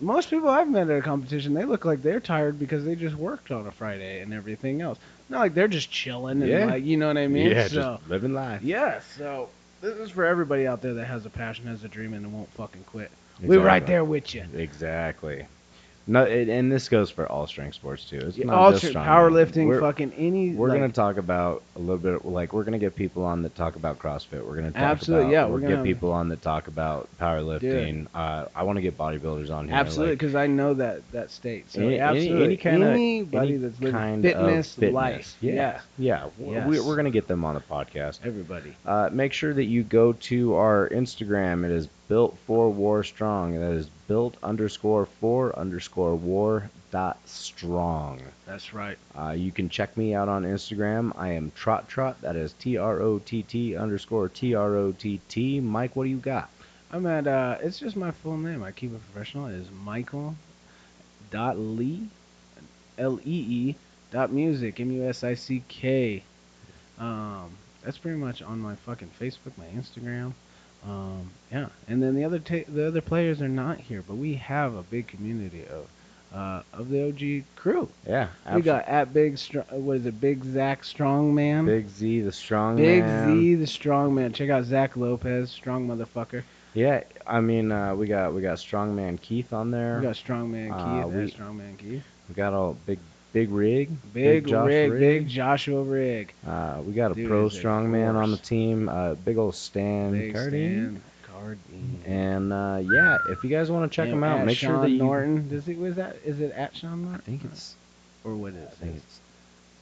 S2: most people I've met at a competition, they look like they're tired because they just worked on a Friday and everything else. Not like they're just chilling and
S1: Yeah.
S2: like you know what I mean.
S1: yeah,
S2: so
S1: just living life.
S2: yeah, so this is for everybody out there that has a passion, has a dream, and won't fucking quit. We're right there with you.
S1: Exactly. No, it, and this goes for all strength sports too. It's not
S2: all
S1: just
S2: true.
S1: strongman.
S2: powerlifting,
S1: We're,
S2: fucking any.
S1: we're
S2: like,
S1: gonna talk about a little bit. Like we're gonna get people on that talk about CrossFit. We're gonna talk
S2: Absolutely,
S1: About,
S2: yeah,
S1: We'll
S2: we're
S1: get
S2: gonna-
S1: people on that talk about powerlifting. Uh, I want to get bodybuilders on here.
S2: absolutely
S1: like,
S2: because I know that that state. So
S1: Any- any-
S2: absolutely,
S1: any kinda-
S2: anybody
S1: any
S2: that's living
S1: kind of
S2: fitness, life,
S1: Yeah,
S2: yeah,
S1: yeah. We're,
S2: Yes.
S1: we're gonna get them on the podcast.
S2: everybody.
S1: Uh, make sure that you go to our Instagram. It is built for war strong. That is built underscore for underscore war dot strong.
S2: That's right.
S1: Uh, you can check me out on Instagram. I am Trot Trot. That is T R O T T underscore T R O T T. Mike, what do you got?
S2: I'm at. Uh, it's just my full name. I keep it professional. It is Michael. Dot Lee, L E E. Dot music. M U S I C K. Um, that's pretty much on my fucking Facebook, my Instagram. Um, yeah, and then the other ta- the other players are not here, but we have a big community of uh, of the OG crew.
S1: Yeah,
S2: We got at big Str- uh, what is it? Big Zach Strongman.
S1: Big Z, the strong
S2: Big
S1: man.
S2: Z the Strongman. Check out Zach Lopez, strong motherfucker.
S1: Yeah, I mean uh, we got we got strongman Keith on there.
S2: We got Strongman
S1: Uh,
S2: Keith.
S1: we-
S2: that's Strongman Keith.
S1: We got all big big rig.
S2: Big,
S1: Josh
S2: Rig,
S1: Rigg.
S2: Big Joshua Rig.
S1: Uh, we got a
S2: Dude
S1: pro
S2: is a
S1: strongman on the
S2: force.
S1: team, uh, big old Stan
S2: Big
S1: Cardine.
S2: Stan Cardine.
S1: And uh, yeah, if you guys want to check
S2: And
S1: him out,
S2: at
S1: make
S2: Sean
S1: sure that you.
S2: Norton. Does it was that is it at Sean
S1: I
S2: Norton?
S1: think it's.
S2: or what is
S1: I think it's.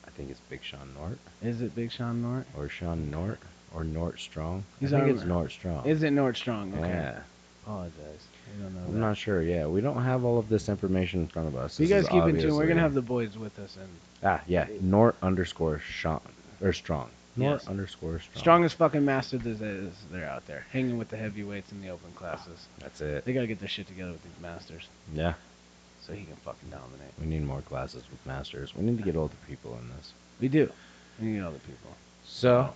S1: I think it's Big Sean Nort
S2: it? Is it Big Sean Norton?
S1: or Sean Nort or Nort Strong.
S2: He's
S1: I think
S2: on-
S1: it's Nort Strong.
S2: Is it Nord Strong? Okay.
S1: Oh. Yeah,
S2: Apologize. I don't know.
S1: I'm
S2: that.
S1: not sure. Yeah, we don't have all of this information in front of us.
S2: So you
S1: This
S2: guys
S1: is
S2: keep in tune. We're
S1: obviously-
S2: gonna have the boys with us and
S1: Ah, yeah, Nort underscore Sean or Strong. Nort
S2: Yes.
S1: underscore Strong.
S2: strongest fucking masters is, is they're out there hanging with the heavyweights in the open classes.
S1: That's it.
S2: They gotta get their shit together with these masters
S1: Yeah,
S2: so he can fucking dominate.
S1: we need more classes with masters. We need to get older people in this.
S2: We do. We need all the people.
S1: So,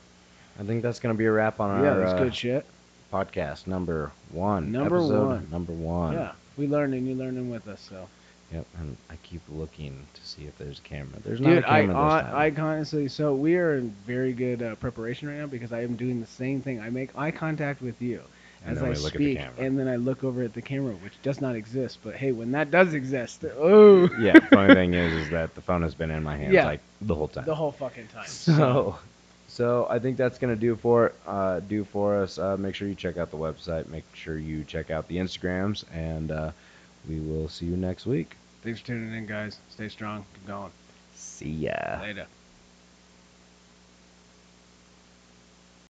S1: I think that's going to be a wrap on
S2: yeah,
S1: our
S2: that's
S1: uh,
S2: good shit.
S1: podcast number one.
S2: Number
S1: episode
S2: one.
S1: Number one.
S2: Yeah, we learning. You learning with us, so
S1: Yep, and I keep looking to see if there's a camera. There's not a
S2: Dude, I,
S1: camera
S2: hon-
S1: this time.
S2: I honestly, so we are in very good uh, preparation right now because I am doing the same thing. I make eye contact with you
S1: And
S2: as
S1: then
S2: I
S1: we look at the
S2: speak,
S1: camera.
S2: and then I look over at the camera, which does not exist. But hey, when that does exist, oh,
S1: [laughs]
S2: [laughs]
S1: yeah, funny thing is, is that the phone has been in my hands
S2: Yeah.
S1: like the whole time.
S2: the whole fucking
S1: [laughs]
S2: time.
S1: So, so I think that's gonna do for uh, do for us. Uh, make sure you check out the website. Make sure you check out the Instagrams, and uh, we will see you next week.
S2: thanks for tuning in, guys. Stay strong. Keep going.
S1: See ya.
S2: Later.